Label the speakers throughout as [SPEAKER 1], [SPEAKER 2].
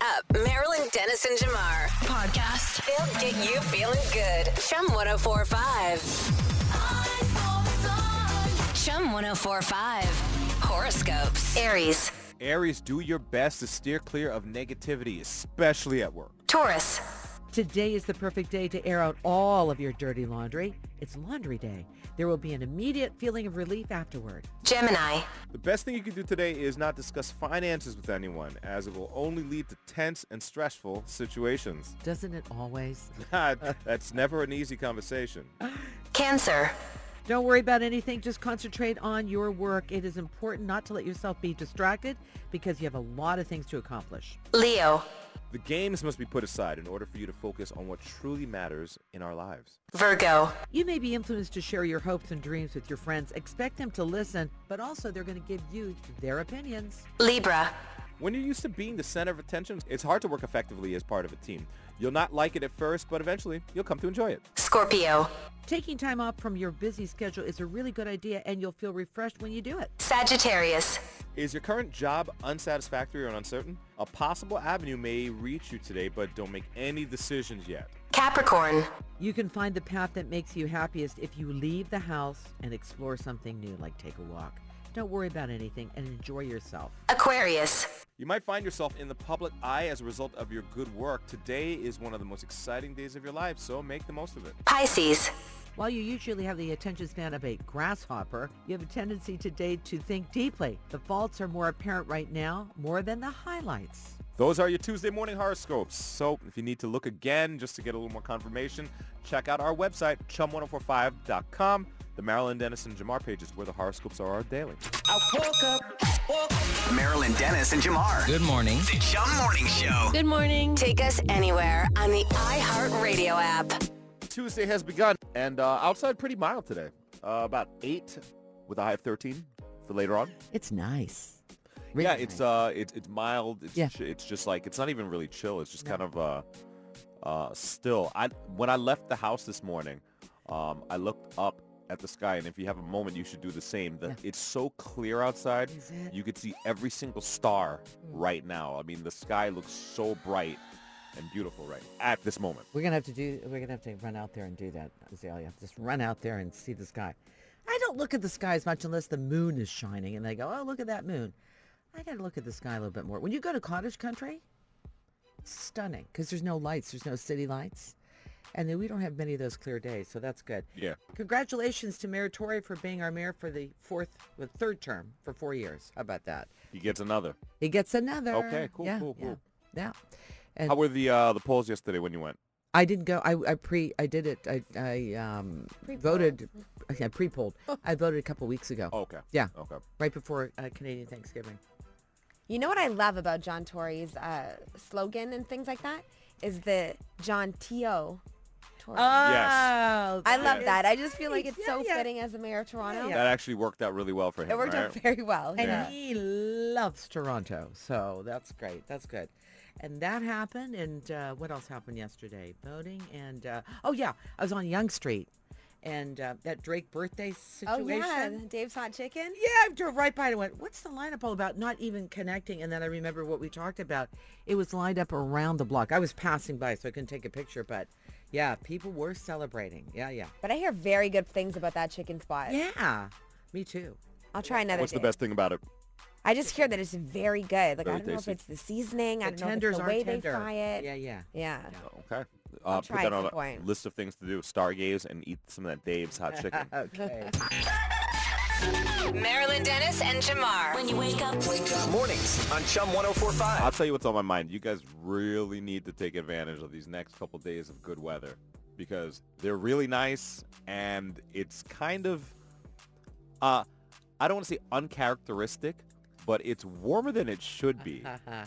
[SPEAKER 1] up. Marilyn Dennis and Jamar. Podcast. They'll get you feeling good. Chum 1045. Chum 1045. Horoscopes. Aries.
[SPEAKER 2] Aries, do your best to steer clear of negativity, especially at work.
[SPEAKER 1] Taurus.
[SPEAKER 3] Today is the perfect day to air out all of your dirty laundry. It's laundry day. There will be an immediate feeling of relief afterward.
[SPEAKER 1] Gemini.
[SPEAKER 2] The best thing you can do today is not discuss finances with anyone, as it will only lead to tense and stressful situations.
[SPEAKER 3] Doesn't it always?
[SPEAKER 2] That's never an easy conversation.
[SPEAKER 1] Cancer.
[SPEAKER 3] Don't worry about anything. Just concentrate on your work. It is important not to let yourself be distracted because you have a lot of things to accomplish.
[SPEAKER 1] Leo.
[SPEAKER 2] The games must be put aside in order for you to focus on what truly matters in our lives.
[SPEAKER 1] Virgo.
[SPEAKER 3] You may be influenced to share your hopes and dreams with your friends. Expect them to listen, but also they're going to give you their opinions.
[SPEAKER 1] Libra.
[SPEAKER 2] When you're used to being the center of attention, it's hard to work effectively as part of a team. You'll not like it at first, but eventually you'll come to enjoy it.
[SPEAKER 1] Scorpio.
[SPEAKER 3] Taking time off from your busy schedule is a really good idea and you'll feel refreshed when you do it.
[SPEAKER 1] Sagittarius.
[SPEAKER 2] Is your current job unsatisfactory or uncertain? A possible avenue may reach you today, but don't make any decisions yet.
[SPEAKER 1] Capricorn.
[SPEAKER 3] You can find the path that makes you happiest if you leave the house and explore something new, like take a walk. Don't worry about anything and enjoy yourself.
[SPEAKER 1] Aquarius.
[SPEAKER 2] You might find yourself in the public eye as a result of your good work. Today is one of the most exciting days of your life, so make the most of it.
[SPEAKER 1] Pisces.
[SPEAKER 3] While you usually have the attention span of a grasshopper, you have a tendency today to think deeply. The faults are more apparent right now, more than the highlights.
[SPEAKER 2] Those are your Tuesday morning horoscopes. So if you need to look again just to get a little more confirmation, check out our website, chum1045.com. The Marilyn Dennis and Jamar pages where the horoscopes are daily.
[SPEAKER 4] Marilyn Dennis and Jamar.
[SPEAKER 5] Good morning.
[SPEAKER 4] The Chum Morning Show.
[SPEAKER 6] Good morning.
[SPEAKER 1] Take us anywhere on the iHeartRadio app.
[SPEAKER 2] Tuesday has begun, and uh, outside pretty mild today. Uh, about 8 with a high of 13 for later on.
[SPEAKER 6] It's nice.
[SPEAKER 2] yeah, it's uh, it's it's mild. It's
[SPEAKER 6] Yeah.
[SPEAKER 2] ch- it's just like it's not even really chill. It's just kind of uh, uh, still. I when I left the house this morning, um, I looked up at the sky, and if you have a moment, you should do the same. The,
[SPEAKER 6] Yeah.
[SPEAKER 2] It's so clear outside.
[SPEAKER 3] Is it?
[SPEAKER 2] You could see every single star right now. I mean, the sky looks so bright and beautiful right at this moment.
[SPEAKER 3] We're gonna have to do. We're gonna have to run out there and do that, Azalea. Just run out there and see the sky. I don't look at the sky as much unless the moon is shining, and I go, "Oh, look at that moon." I gotta look at the sky a little bit more. When you go to cottage country, it's stunning because there's no lights, there's no city lights, and then we don't have many of those clear days, so that's good.
[SPEAKER 2] Yeah.
[SPEAKER 3] Congratulations to Mayor Tory for being our mayor for the fourth, the third term for four years. How about that?
[SPEAKER 2] He gets another.
[SPEAKER 3] He gets another.
[SPEAKER 2] Okay, cool,
[SPEAKER 3] Yeah,
[SPEAKER 2] cool,
[SPEAKER 3] yeah,
[SPEAKER 2] cool.
[SPEAKER 3] Yeah. And
[SPEAKER 2] How were the uh, the polls yesterday when you went?
[SPEAKER 3] I didn't go. I, I pre. I did it. I I um voted. I pre polled.
[SPEAKER 7] Oh.
[SPEAKER 3] I voted a couple weeks ago,
[SPEAKER 2] Oh, okay.
[SPEAKER 3] Yeah.
[SPEAKER 2] Okay.
[SPEAKER 3] right before uh, Canadian Thanksgiving.
[SPEAKER 7] You know what I love about John Tory's uh, slogan and things like that is the John T.O. Tory.
[SPEAKER 2] Yes.
[SPEAKER 7] Oh, I love
[SPEAKER 2] is
[SPEAKER 7] that. I just feel like
[SPEAKER 3] great.
[SPEAKER 7] it's
[SPEAKER 3] Yeah,
[SPEAKER 7] so
[SPEAKER 3] yeah.
[SPEAKER 7] fitting as the mayor of Toronto.
[SPEAKER 3] Yeah.
[SPEAKER 2] That actually worked out really well for him.
[SPEAKER 7] It worked
[SPEAKER 2] right?
[SPEAKER 7] out very well.
[SPEAKER 3] And
[SPEAKER 2] Yeah.
[SPEAKER 3] he loves Toronto, so that's great. That's good. And that happened. And uh, what else happened yesterday? Voting and uh, oh yeah, I was on Young Street, and uh, that Drake birthday
[SPEAKER 7] Oh
[SPEAKER 3] situation.
[SPEAKER 7] yeah, Dave's hot chicken.
[SPEAKER 3] Yeah, I drove right by it and went, what's the lineup all about? Not even connecting. And then I remember what we talked about. It was lined up around the block. I was passing by, so I couldn't take a picture. But yeah, people were celebrating. Yeah, yeah.
[SPEAKER 7] But I hear very good things about that chicken spot.
[SPEAKER 3] Yeah, me too.
[SPEAKER 7] I'll try another
[SPEAKER 2] What's the
[SPEAKER 7] day.
[SPEAKER 2] best thing about it?
[SPEAKER 7] I just hear that it's very good. Like
[SPEAKER 2] Very
[SPEAKER 7] I don't know
[SPEAKER 2] tasty.
[SPEAKER 7] if it's the seasoning, I
[SPEAKER 3] The
[SPEAKER 7] don't
[SPEAKER 3] tenders
[SPEAKER 7] know if
[SPEAKER 3] aren't
[SPEAKER 7] it's the way
[SPEAKER 3] tender.
[SPEAKER 7] they fry it.
[SPEAKER 3] Yeah, yeah.
[SPEAKER 7] Yeah.
[SPEAKER 2] Okay. Uh, put
[SPEAKER 7] try
[SPEAKER 2] that
[SPEAKER 7] at
[SPEAKER 2] on
[SPEAKER 7] some
[SPEAKER 2] a
[SPEAKER 7] point.
[SPEAKER 2] list of things to do. Stargaze and eat some of that Dave's hot chicken.
[SPEAKER 3] Okay.
[SPEAKER 1] Marilyn Dennis and Jamar. When you wake up,
[SPEAKER 4] Mornings on Chum 1045.
[SPEAKER 2] I'll tell you what's on my mind. You guys really need to take advantage of these next couple days of good weather because they're really nice and it's kind of, uh, I don't want to say uncharacteristic, but it's warmer than it should be,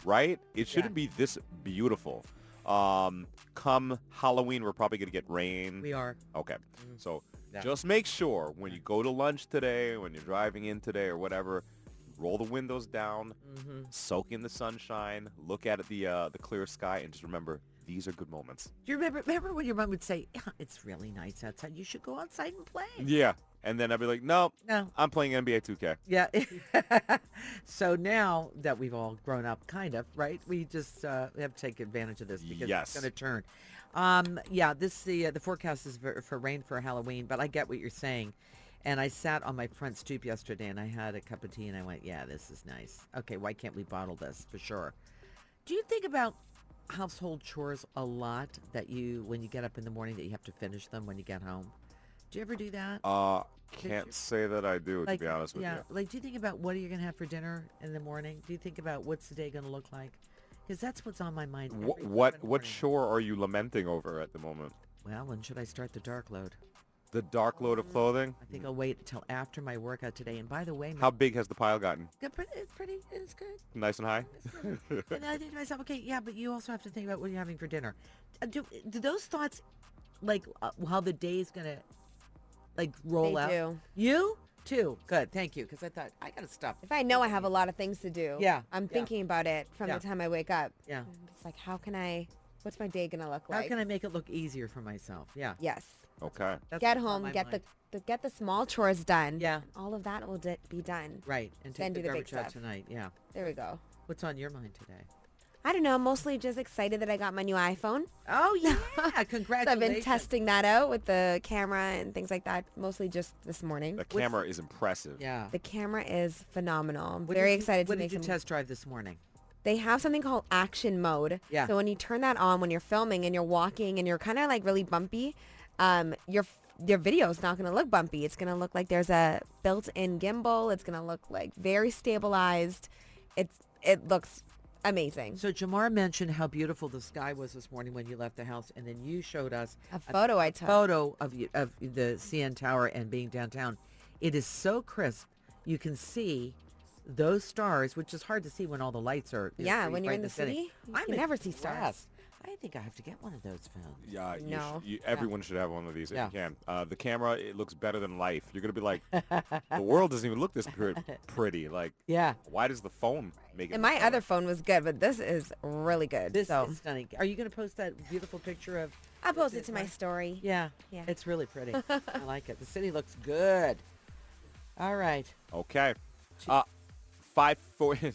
[SPEAKER 2] right? It shouldn't be this beautiful. Um, come Halloween, we're probably going to get rain.
[SPEAKER 3] we are.
[SPEAKER 2] Okay. So
[SPEAKER 3] Mm. Yeah. Mm.
[SPEAKER 2] just make sure when you go to lunch today, when you're driving in today or whatever, roll the windows down,
[SPEAKER 3] Mm-hmm.
[SPEAKER 2] soak in the sunshine, look at the uh, the clear sky, and just remember these are good moments.
[SPEAKER 3] Do you remember remember when your mom would say, yeah, it's really nice outside. You should go outside and play.
[SPEAKER 2] Yeah. and then I'd be like, no,
[SPEAKER 3] No.
[SPEAKER 2] I'm playing NBA 2K.
[SPEAKER 3] Yeah. so now that we've all grown up, kind of, right? We just uh, have to take advantage of this because
[SPEAKER 2] Yes.
[SPEAKER 3] it's going to turn. Um, yeah, this the uh, the forecast is for, for rain for Halloween, but I get what you're saying. And I sat on my front stoop yesterday, and I had a cup of tea, and I went, "Yeah, this is nice. Okay, why can't we bottle this for sure?" Do you think about household chores a lot that you, when you get up in the morning, that you have to finish them when you get home? Do you ever do that?
[SPEAKER 2] Uh,
[SPEAKER 3] Did
[SPEAKER 2] can't
[SPEAKER 3] you-
[SPEAKER 2] say that I do, to be honest with
[SPEAKER 3] yeah,
[SPEAKER 2] you.
[SPEAKER 3] like, do you think about what are you going to have for dinner in the morning? Do you think about what's the day going to look like? Because that's what's on my mind. every
[SPEAKER 2] What
[SPEAKER 3] time in
[SPEAKER 2] what
[SPEAKER 3] the
[SPEAKER 2] what
[SPEAKER 3] morning.
[SPEAKER 2] shore are you lamenting over at the moment?
[SPEAKER 3] Well, when should I start the dark load?
[SPEAKER 2] The dark load
[SPEAKER 3] Mm.
[SPEAKER 2] of clothing.
[SPEAKER 3] I think I'll wait till after my workout today. And by the way, my,
[SPEAKER 2] Mm. How big has the pile gotten?
[SPEAKER 3] Yeah, pretty- it's pretty, it's good.
[SPEAKER 2] Nice and high.
[SPEAKER 3] and I think to myself, okay, yeah, but you also have to think about what you're having for dinner. Uh, Do, do those thoughts, like uh, how the day is going to, like roll
[SPEAKER 7] They
[SPEAKER 3] out?
[SPEAKER 7] do.
[SPEAKER 3] You too. Good. Thank you. Because I thought I got to stop.
[SPEAKER 7] If I know I have a lot of things to do,
[SPEAKER 3] Yeah,
[SPEAKER 7] I'm
[SPEAKER 3] yeah.
[SPEAKER 7] thinking about it from
[SPEAKER 3] Yeah.
[SPEAKER 7] the time I wake up.
[SPEAKER 3] Yeah.
[SPEAKER 7] It's like, how can I? What's my day gonna look
[SPEAKER 3] How
[SPEAKER 7] like?
[SPEAKER 3] can I make it look easier for myself? Yeah.
[SPEAKER 7] Yes.
[SPEAKER 2] Okay.
[SPEAKER 3] That's
[SPEAKER 7] get
[SPEAKER 3] what's on
[SPEAKER 7] home.
[SPEAKER 3] my
[SPEAKER 7] Get the,
[SPEAKER 3] mind.
[SPEAKER 7] the get the small chores done.
[SPEAKER 3] Yeah.
[SPEAKER 7] All of that will d- be done.
[SPEAKER 3] right and take
[SPEAKER 7] then
[SPEAKER 3] the
[SPEAKER 7] do the big
[SPEAKER 3] garbage out
[SPEAKER 7] stuff.
[SPEAKER 3] tonight. Yeah.
[SPEAKER 7] There we go.
[SPEAKER 3] What's on your mind today?
[SPEAKER 7] I don't know. I'm mostly just excited that I got my new iPhone.
[SPEAKER 3] Oh yeah,
[SPEAKER 7] So I've
[SPEAKER 3] congratulations.
[SPEAKER 7] been testing that out with the camera and things like that. Mostly just this morning.
[SPEAKER 2] The camera is impressive.
[SPEAKER 3] Yeah.
[SPEAKER 7] The camera is phenomenal. I'm
[SPEAKER 3] What
[SPEAKER 7] very
[SPEAKER 3] did you-
[SPEAKER 7] excited
[SPEAKER 3] What
[SPEAKER 7] to
[SPEAKER 3] did
[SPEAKER 7] make
[SPEAKER 3] you
[SPEAKER 7] some.
[SPEAKER 3] test drive this morning?
[SPEAKER 7] They have something called action mode.
[SPEAKER 3] Yeah.
[SPEAKER 7] So when you turn that on, when you're filming and you're walking and you're kind of like really bumpy, um, your f- your video is not going to look bumpy. It's going to look like there's a built-in gimbal. It's going to look like very stabilized. It's it looks amazing.
[SPEAKER 3] So Jamar mentioned how beautiful the sky was this morning when you left the house, and then you showed us
[SPEAKER 7] A photo I took.
[SPEAKER 3] photo of you, of the CN Tower and being downtown. It is so crisp. You can see those stars, which is hard to see when all the lights are. you know,
[SPEAKER 7] Yeah,
[SPEAKER 3] pretty
[SPEAKER 7] when you're
[SPEAKER 3] bright
[SPEAKER 7] in the city, you
[SPEAKER 3] I'm
[SPEAKER 7] can never see
[SPEAKER 3] impressed.
[SPEAKER 7] stars.
[SPEAKER 3] I think I have to get one of those phones.
[SPEAKER 2] Yeah, you sh-
[SPEAKER 7] No.
[SPEAKER 2] you- everyone should have one of these if
[SPEAKER 3] Yeah.
[SPEAKER 2] you can. Uh, the camera, it looks better than life. You're gonna be like, the world doesn't even look this pre- pretty. Like,
[SPEAKER 3] Yeah.
[SPEAKER 2] why does the phone make it?
[SPEAKER 7] And
[SPEAKER 2] look
[SPEAKER 7] my
[SPEAKER 2] better?
[SPEAKER 7] other phone was good, but this is really good.
[SPEAKER 3] This
[SPEAKER 7] so
[SPEAKER 3] is stunning. Are you going to post that beautiful picture of?
[SPEAKER 7] I posted to my story.
[SPEAKER 3] Yeah,
[SPEAKER 7] Yeah.
[SPEAKER 3] It's really pretty. I like it. The city looks good. All right.
[SPEAKER 2] Okay. Uh, five four.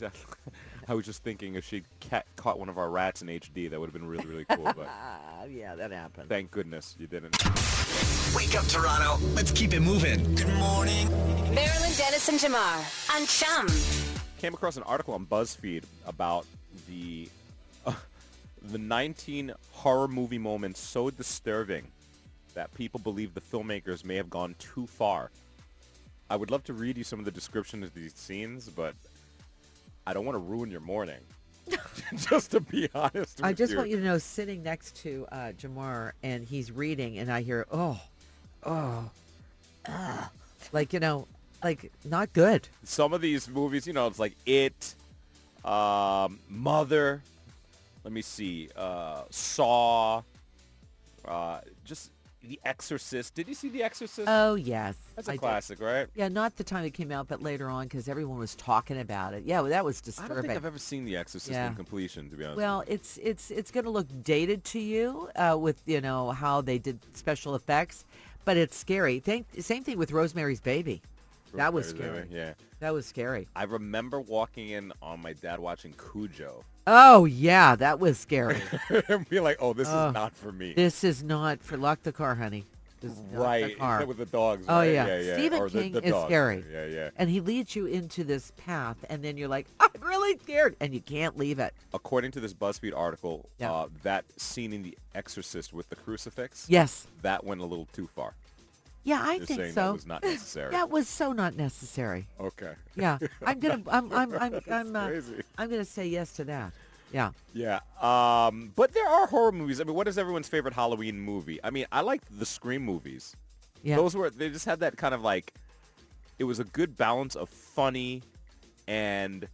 [SPEAKER 2] I was just thinking if she ca- caught one of our rats in HD, that would have been really really cool. But
[SPEAKER 3] Uh, yeah, that happened.
[SPEAKER 2] thank goodness you didn't.
[SPEAKER 4] Wake up, Toronto. Let's keep it moving. Good morning.
[SPEAKER 1] Marilyn Dennis and Jamar on Chum.
[SPEAKER 2] Came across an article on BuzzFeed about the uh, the 19 horror movie moments so disturbing that people believe the filmmakers may have gone too far. I would love to read you some of the descriptions of these scenes, but I don't want to ruin your morning. just to be honest with
[SPEAKER 3] I just
[SPEAKER 2] you.
[SPEAKER 3] want you to know, sitting next to uh, Jamar, and he's reading, and I hear, oh, oh, ah." like you know, like not good.
[SPEAKER 2] some of these movies, you know, it's like It, um, Mother, let me see, uh, Saw, uh, just The Exorcist. Did you see The Exorcist?
[SPEAKER 3] Oh yes,
[SPEAKER 2] That's
[SPEAKER 3] a
[SPEAKER 2] a classic, right?
[SPEAKER 3] Yeah, not the time it came out, but later on, because everyone was talking about it. Yeah, well, that was
[SPEAKER 2] I
[SPEAKER 3] disturbing.
[SPEAKER 2] don't think I've ever seen The Exorcist
[SPEAKER 3] Yeah.
[SPEAKER 2] in completion, to be honest.
[SPEAKER 3] Well, it's it's it's going to look dated to you uh, with you know how they did special effects, but it's scary. Thank, same thing with Rosemary's Baby.
[SPEAKER 2] with you.
[SPEAKER 3] that was
[SPEAKER 2] Everything,
[SPEAKER 3] scary.
[SPEAKER 2] Yeah.
[SPEAKER 3] That was scary.
[SPEAKER 2] I remember walking in on my dad watching Cujo
[SPEAKER 3] Oh yeah, that was scary.
[SPEAKER 2] and be like, oh, this
[SPEAKER 3] Oh.
[SPEAKER 2] is not for me.
[SPEAKER 3] this is not for lock the car, honey. This is not the
[SPEAKER 2] right.
[SPEAKER 3] car.
[SPEAKER 2] With the dogs.
[SPEAKER 3] Oh
[SPEAKER 2] right?
[SPEAKER 3] yeah.
[SPEAKER 2] yeah, yeah.
[SPEAKER 3] Stephen
[SPEAKER 2] or the-
[SPEAKER 3] King
[SPEAKER 2] the
[SPEAKER 3] is
[SPEAKER 2] dogs.
[SPEAKER 3] scary.
[SPEAKER 2] Yeah, yeah.
[SPEAKER 3] And he leads you into this path, and then you're like, I'm really scared, and you can't leave it.
[SPEAKER 2] according to this BuzzFeed article,
[SPEAKER 3] Yeah.
[SPEAKER 2] uh, that scene in The Exorcist with the crucifix,
[SPEAKER 3] Yes.
[SPEAKER 2] that went a little too far.
[SPEAKER 3] Yeah, I
[SPEAKER 2] They're
[SPEAKER 3] think
[SPEAKER 2] saying
[SPEAKER 3] so.
[SPEAKER 2] that was not necessary.
[SPEAKER 3] that was so not necessary.
[SPEAKER 2] Okay.
[SPEAKER 3] Yeah, I'm gonna, I'm, I'm, I'm, I'm, uh,
[SPEAKER 2] crazy.
[SPEAKER 3] I'm gonna say yes to that. Yeah,
[SPEAKER 2] Yeah. Um, but there are horror movies. I mean, what is everyone's favorite Halloween movie? I mean, I like the Scream movies.
[SPEAKER 3] yeah.
[SPEAKER 2] Those were they just had that kind of like it was a good balance of funny and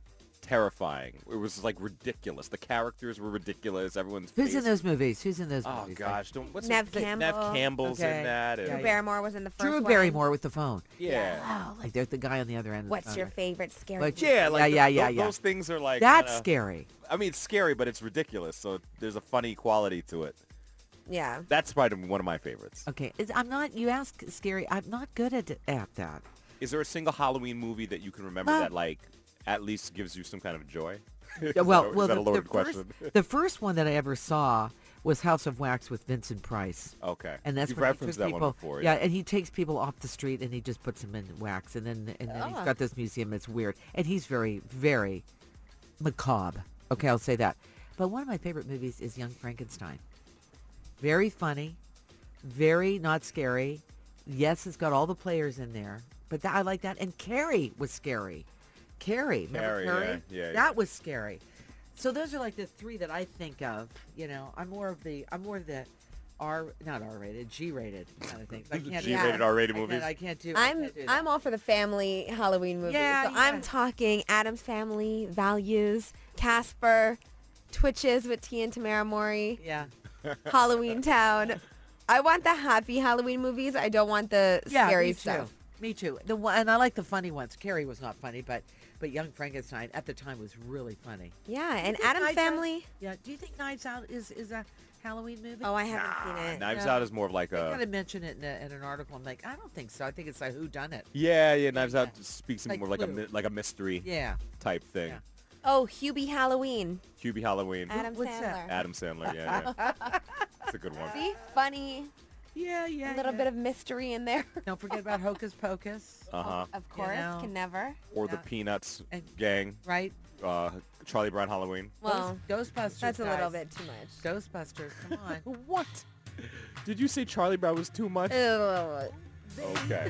[SPEAKER 2] terrifying. It was like ridiculous. The characters were ridiculous. Everyone's
[SPEAKER 3] Who's in
[SPEAKER 2] face-
[SPEAKER 3] those movies? Who's in those
[SPEAKER 2] Oh
[SPEAKER 3] movies? Like,
[SPEAKER 2] gosh, don't what's his
[SPEAKER 7] Nev
[SPEAKER 2] face?
[SPEAKER 7] Campbell.
[SPEAKER 2] Nev Campbell's
[SPEAKER 3] Okay.
[SPEAKER 2] in that.
[SPEAKER 3] Yeah,
[SPEAKER 7] Drew
[SPEAKER 2] and-
[SPEAKER 3] yeah.
[SPEAKER 7] Barrymore was in the first
[SPEAKER 3] Drew
[SPEAKER 7] one.
[SPEAKER 3] Barrymore with the phone.
[SPEAKER 2] yeah.
[SPEAKER 3] Oh, like there's the guy on the other end of the
[SPEAKER 7] What's
[SPEAKER 3] phone.
[SPEAKER 7] your favorite scary?
[SPEAKER 3] But-
[SPEAKER 7] movie?
[SPEAKER 2] Yeah, like
[SPEAKER 3] Yeah, yeah,
[SPEAKER 2] th-
[SPEAKER 3] yeah,
[SPEAKER 2] th-
[SPEAKER 3] yeah.
[SPEAKER 2] Those things are like uh,
[SPEAKER 3] That's
[SPEAKER 2] kinda-
[SPEAKER 3] scary.
[SPEAKER 2] I mean, it's scary, but it's ridiculous. So there's a funny quality to it.
[SPEAKER 7] Yeah.
[SPEAKER 2] That's probably one of my favorites.
[SPEAKER 3] Okay, is- I'm not. You ask scary. I'm not good at at that.
[SPEAKER 2] Is there a single Halloween movie that you can remember
[SPEAKER 3] Uh,
[SPEAKER 2] that like at least gives you some kind of joy? Is
[SPEAKER 3] Yeah, well,
[SPEAKER 2] that- is
[SPEAKER 3] well,
[SPEAKER 2] that a
[SPEAKER 3] the,
[SPEAKER 2] loaded
[SPEAKER 3] the
[SPEAKER 2] question?
[SPEAKER 3] First, the first one that I ever saw was House of Wax with Vincent Price.
[SPEAKER 2] Okay.
[SPEAKER 3] And that's
[SPEAKER 2] You've
[SPEAKER 3] where he
[SPEAKER 2] referenced
[SPEAKER 3] took
[SPEAKER 2] that
[SPEAKER 3] people,
[SPEAKER 2] one before.
[SPEAKER 3] Yeah.
[SPEAKER 2] Yeah.
[SPEAKER 3] and he takes people off the street and he just puts them in wax, and then and then he's
[SPEAKER 7] Ah.
[SPEAKER 3] got this museum. It's weird, and he's very very macabre. Okay, I'll say that. But one of my favorite movies is Young Frankenstein. Very funny, very not scary. Yes, it's got all the players in there, but that, I like that. And Carrie was scary. Carrie,
[SPEAKER 2] Carrie,
[SPEAKER 3] remember Carrie?
[SPEAKER 2] yeah, yeah,
[SPEAKER 3] that
[SPEAKER 2] yeah.
[SPEAKER 3] was scary. So those are like the three that I think of. You know, I'm more of the I'm more of the R not R rated, G rated kind of things. I can't do-
[SPEAKER 2] G-rated,
[SPEAKER 7] Yeah.
[SPEAKER 2] R-rated
[SPEAKER 3] I can't-
[SPEAKER 2] movies.
[SPEAKER 3] I can't do. I
[SPEAKER 7] I'm
[SPEAKER 3] can't do that.
[SPEAKER 7] I'm all for the family Halloween movies.
[SPEAKER 3] Yeah,
[SPEAKER 7] so
[SPEAKER 3] yeah.
[SPEAKER 7] I'm talking Adam's Family, Values, Casper, Twitches with T and Tamara Mori,
[SPEAKER 3] yeah.
[SPEAKER 7] Halloween Town. I want the happy Halloween movies. I don't want the scary
[SPEAKER 3] me
[SPEAKER 7] stuff.
[SPEAKER 3] Too. Me too. The one, and I like the funny ones. Carrie was not funny, but but Young Frankenstein at the time was really funny.
[SPEAKER 7] Yeah,
[SPEAKER 3] Do you
[SPEAKER 7] and
[SPEAKER 3] think
[SPEAKER 7] Adam's
[SPEAKER 3] Knives
[SPEAKER 7] Family.
[SPEAKER 3] Out, yeah. Do you think Knives Out is is a Halloween movie?
[SPEAKER 7] Oh, I haven't seen it.
[SPEAKER 2] Knives
[SPEAKER 3] Yeah.
[SPEAKER 2] Out is more of like
[SPEAKER 3] kind
[SPEAKER 2] a
[SPEAKER 3] of mentioned it in, a, in an article. I'm like, I don't think so. I think it's like who done it.
[SPEAKER 2] yeah, yeah. Knives Out speaks
[SPEAKER 3] Like
[SPEAKER 2] more like a
[SPEAKER 3] Clue.
[SPEAKER 2] mi- like a mystery
[SPEAKER 3] Yeah.
[SPEAKER 2] type thing.
[SPEAKER 3] Yeah.
[SPEAKER 7] Oh, Hubie Halloween.
[SPEAKER 2] Hubie Halloween.
[SPEAKER 7] Adam
[SPEAKER 3] what's
[SPEAKER 7] Sandler.
[SPEAKER 3] that?
[SPEAKER 2] Adam Sandler. Yeah, yeah. That's a good one.
[SPEAKER 7] See, funny,
[SPEAKER 3] Yeah, yeah.
[SPEAKER 7] a little
[SPEAKER 3] yeah.
[SPEAKER 7] bit of mystery in there.
[SPEAKER 3] Don't forget about Hocus Pocus,
[SPEAKER 2] Uh huh.
[SPEAKER 7] Of course,
[SPEAKER 3] know.
[SPEAKER 7] can never.
[SPEAKER 2] Or the
[SPEAKER 3] Yeah.
[SPEAKER 2] Peanuts
[SPEAKER 3] And-
[SPEAKER 2] gang.
[SPEAKER 3] right?
[SPEAKER 2] Uh, Charlie Brown Halloween.
[SPEAKER 7] Well,
[SPEAKER 3] Ghost- Ghostbusters.
[SPEAKER 7] that's a little
[SPEAKER 3] guys.
[SPEAKER 7] bit too much.
[SPEAKER 3] Ghostbusters. Come on.
[SPEAKER 2] What? Did you say Charlie Brown was too much?
[SPEAKER 7] Ew.
[SPEAKER 2] Okay.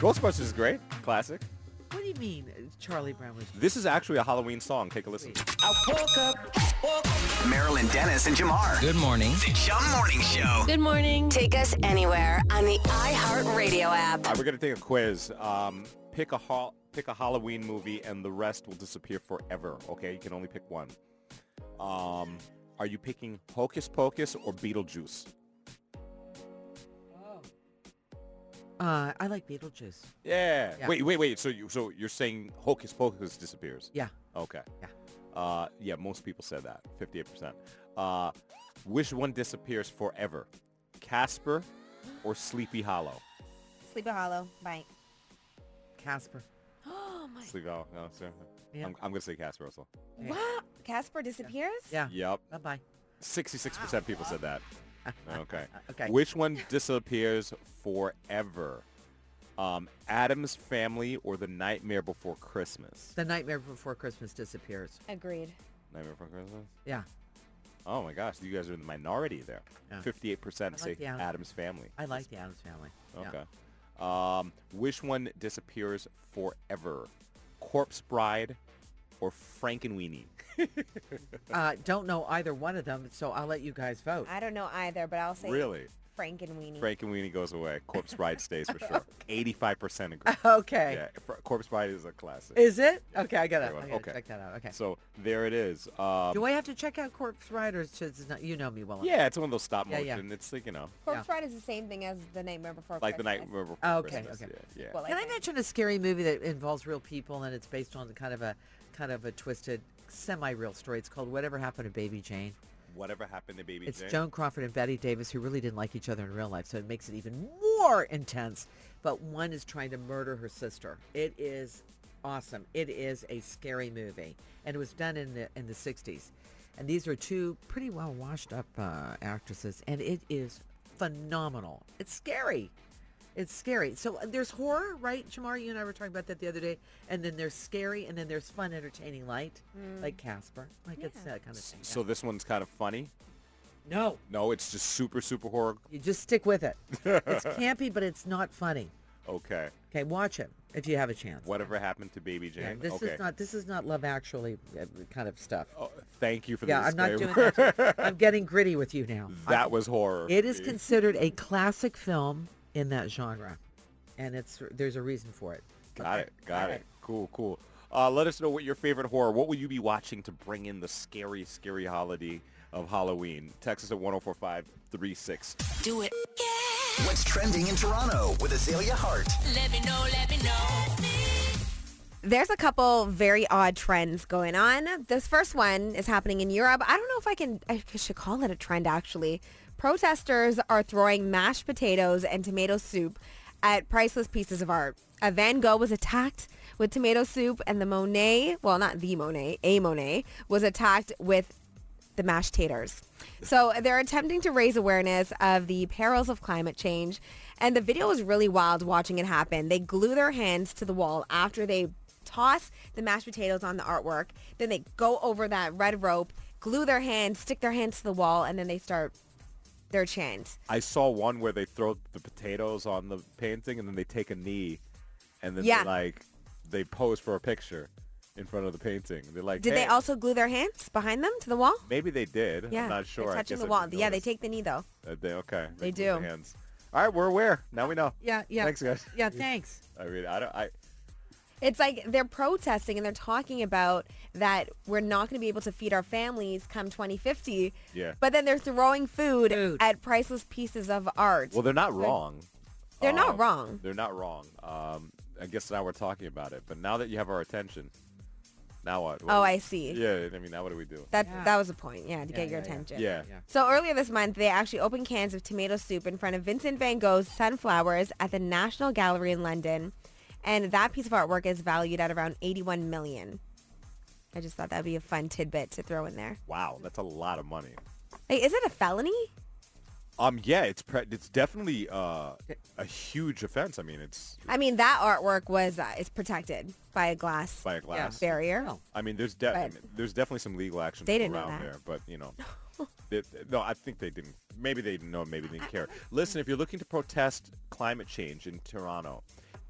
[SPEAKER 2] Ghostbusters is great. Classic.
[SPEAKER 3] what do you mean uh, Charlie Brown was?
[SPEAKER 2] This is actually a Halloween song. Take a listen.
[SPEAKER 4] Marilyn Dennis and Jamar.
[SPEAKER 5] Good morning.
[SPEAKER 4] The Jum Morning Show.
[SPEAKER 6] Good morning.
[SPEAKER 1] Take us anywhere on the iHeartRadio app.
[SPEAKER 2] All right, we're gonna take a quiz. Um, pick a hol- pick a Halloween movie, and the rest will disappear forever. Okay, you can only pick one. Um, are you picking Hocus Pocus or Beetlejuice?
[SPEAKER 3] Uh, I like Beetlejuice.
[SPEAKER 2] Yeah.
[SPEAKER 3] Yeah.
[SPEAKER 2] Wait, wait, wait. So you so you're saying Hocus Pocus disappears?
[SPEAKER 3] Yeah.
[SPEAKER 2] Okay.
[SPEAKER 3] Yeah.
[SPEAKER 2] Uh, yeah. Most people said that. Fifty-eight percent. Uh, which one disappears forever? Casper or Sleepy Hollow?
[SPEAKER 7] Sleepy Hollow. Bye.
[SPEAKER 3] Casper.
[SPEAKER 7] Oh my.
[SPEAKER 2] Sleepy Hollow. No, sorry.
[SPEAKER 3] Yeah.
[SPEAKER 2] I'm, I'm gonna say Casper also.
[SPEAKER 3] Yeah.
[SPEAKER 7] Wow. Casper disappears?
[SPEAKER 3] Yeah.
[SPEAKER 2] Yep.
[SPEAKER 3] Bye bye.
[SPEAKER 2] Sixty-six percent people said that. Okay.
[SPEAKER 3] Okay.
[SPEAKER 2] Which one disappears forever? Um, Adam's Family or The Nightmare Before Christmas?
[SPEAKER 3] The Nightmare Before Christmas disappears.
[SPEAKER 7] Agreed.
[SPEAKER 2] Nightmare Before Christmas?
[SPEAKER 3] Yeah.
[SPEAKER 2] Oh my gosh, you guys are in the minority there.
[SPEAKER 3] Yeah.
[SPEAKER 2] 58%
[SPEAKER 3] I
[SPEAKER 2] say
[SPEAKER 3] like the Adam-
[SPEAKER 2] Adam's Family.
[SPEAKER 3] I like the Adams Family. Yeah.
[SPEAKER 2] Okay. Um, which one disappears forever? Corpse Bride or Frankenweenie?
[SPEAKER 3] Uh, don't know either one of them, so I'll let you guys vote.
[SPEAKER 7] I don't know either, but I'll say
[SPEAKER 2] Really?
[SPEAKER 7] Frank and
[SPEAKER 3] Mm.
[SPEAKER 7] Weenie.
[SPEAKER 2] Frankenweenie goes away. Corpse Bride stays for sure. 85% agree.
[SPEAKER 3] Okay.
[SPEAKER 2] Yeah, Fr- Corpse Bride is a classic.
[SPEAKER 3] Is it? Okay, I gotta,
[SPEAKER 2] Good
[SPEAKER 3] I
[SPEAKER 2] one.
[SPEAKER 3] gotta
[SPEAKER 2] Okay.
[SPEAKER 3] check that out. Okay.
[SPEAKER 2] So there it is. Um,
[SPEAKER 3] Do I have to check out Corpse Riders? Not, you know me well. enough.
[SPEAKER 2] Yeah, it's one of those stop
[SPEAKER 3] Yeah,
[SPEAKER 2] motion.
[SPEAKER 3] yeah.
[SPEAKER 2] It's like, you know,
[SPEAKER 7] Corpse Bride is the same thing as The Nightmare Before
[SPEAKER 2] like the
[SPEAKER 7] Christmas.
[SPEAKER 2] night before
[SPEAKER 3] Oh, okay,
[SPEAKER 2] Christmas.
[SPEAKER 3] okay.
[SPEAKER 2] Yeah, yeah.
[SPEAKER 7] Well,
[SPEAKER 3] Can I mention a scary movie that involves real people and it's based on kind of a kind of a twisted semi-real story? It's called Whatever Happened to Baby Jane.
[SPEAKER 2] Whatever happened to Baby
[SPEAKER 3] It's
[SPEAKER 2] Jane?
[SPEAKER 3] Joan Crawford and Betty Davis who really didn't like each other in real life, so it makes it even more intense. But one is trying to murder her sister. It is awesome. It is a scary movie, and it was done in the in the '60s. And these are two pretty well washed up uh, actresses, and it is phenomenal. It's scary. It's scary. So uh, there's horror, right, Shamar? You and I were talking about that the other day. And then there's scary, and then there's fun, entertaining light, like Casper. Like it's that kind of thing.
[SPEAKER 2] So this one's kind of funny.
[SPEAKER 3] yeah. no,
[SPEAKER 2] No, it's just super, super horror.
[SPEAKER 3] you just stick with it. it's campy, but it's not funny.
[SPEAKER 2] Okay.
[SPEAKER 3] Okay, watch it if you have a chance.
[SPEAKER 2] Whatever happened to Baby Jane?
[SPEAKER 3] Yeah, this
[SPEAKER 2] okay.
[SPEAKER 3] is not this is not Love Actually uh, kind of stuff.
[SPEAKER 2] Oh, thank you for
[SPEAKER 3] yeah,
[SPEAKER 2] the
[SPEAKER 3] I'm not
[SPEAKER 2] disclaimer.
[SPEAKER 3] doing that. to- I'm getting gritty with you now.
[SPEAKER 2] that was horror.
[SPEAKER 3] It is considered a classic film in that genre, and it's there's a reason for it.
[SPEAKER 2] Got
[SPEAKER 3] Okay,
[SPEAKER 2] it. Got
[SPEAKER 3] all
[SPEAKER 2] it. Cool, cool. Uh, let us know what your favorite horror. What will you be watching to bring in the scary, scary holiday of Halloween? Text us at 104536.
[SPEAKER 6] Do it. Yeah.
[SPEAKER 4] What's trending in Toronto with Azalea Hart?
[SPEAKER 6] Let me know. Let me know.
[SPEAKER 7] There's a couple very odd trends going on. This first one is happening in Europe. I don't know if I can, I should call it a trend actually, Protesters are throwing mashed potatoes and tomato soup at priceless pieces of art. A Van Gogh was attacked with tomato soup and the Monet, well not the Monet, a Monet, was attacked with the mashed taters. So they're attempting to raise awareness of the perils of climate change. And the video was really wild watching it happen. They glue their hands to the wall after they toss the mashed potatoes on the artwork. Then they go over that red rope, glue their hands, stick their hands to the wall, and then they start their chant.
[SPEAKER 2] I saw one where they throw the potatoes on the painting and then they take a knee and then
[SPEAKER 7] Yeah.
[SPEAKER 2] they like they pose for a picture in front of the painting. They're like,
[SPEAKER 7] Did they
[SPEAKER 2] "Hey."
[SPEAKER 7] also glue their hands behind them to the wall?
[SPEAKER 2] Maybe they did.
[SPEAKER 7] Yeah,
[SPEAKER 2] I'm not sure.
[SPEAKER 7] They're
[SPEAKER 2] I
[SPEAKER 7] touching
[SPEAKER 2] guess
[SPEAKER 7] the
[SPEAKER 2] I
[SPEAKER 7] wall.
[SPEAKER 2] didn't
[SPEAKER 7] Yeah, they
[SPEAKER 2] notice.
[SPEAKER 7] take the knee though.
[SPEAKER 2] Uh, they- okay.
[SPEAKER 7] They
[SPEAKER 2] glue their
[SPEAKER 7] do.
[SPEAKER 2] Hands. All right, we're aware. Now we know.
[SPEAKER 3] Yeah, yeah.
[SPEAKER 2] Thanks, guys.
[SPEAKER 3] Yeah, thanks.
[SPEAKER 2] I mean, I don't. I
[SPEAKER 7] It's like they're protesting and they're talking about that we're not going to be able to feed our families come 2050.
[SPEAKER 2] Yeah.
[SPEAKER 7] But then they're throwing food,
[SPEAKER 3] Food.
[SPEAKER 7] at priceless pieces of art.
[SPEAKER 2] well, they're not wrong.
[SPEAKER 7] they're not
[SPEAKER 2] Um,
[SPEAKER 7] wrong.
[SPEAKER 2] They're not wrong. Um, I guess now we're talking about it. But now that you have our attention, now what? What
[SPEAKER 7] Oh,
[SPEAKER 2] do we-
[SPEAKER 7] I see.
[SPEAKER 2] Yeah, I mean, now what do we do?
[SPEAKER 7] That
[SPEAKER 3] Yeah.
[SPEAKER 7] that was the point. Yeah, to get
[SPEAKER 3] Yeah,
[SPEAKER 7] your
[SPEAKER 3] yeah, yeah.
[SPEAKER 7] attention.
[SPEAKER 2] Yeah.
[SPEAKER 3] Yeah.
[SPEAKER 7] So earlier this month, they actually opened cans of tomato soup in front of Vincent van Gogh's sunflowers at the National Gallery in London, and that piece of artwork is valued at around 81 million. I just thought that'd be a fun tidbit to throw in there.
[SPEAKER 2] Wow, that's a lot of money.
[SPEAKER 7] Like, is it a felony?
[SPEAKER 2] Um, yeah, it's pre- it's definitely uh, a huge offense. I mean, it's
[SPEAKER 7] I mean, that artwork was uh, is protected by a glass
[SPEAKER 2] by a glass.
[SPEAKER 7] barrier.
[SPEAKER 3] Oh.
[SPEAKER 2] I mean, there's de-
[SPEAKER 7] But-
[SPEAKER 2] I mean, there's definitely some legal action
[SPEAKER 7] They didn't know that.
[SPEAKER 2] around there, but you know, they- they- no, I think they didn't. Maybe they didn't know. Maybe they didn't care. Listen, if you're looking to protest climate change in Toronto,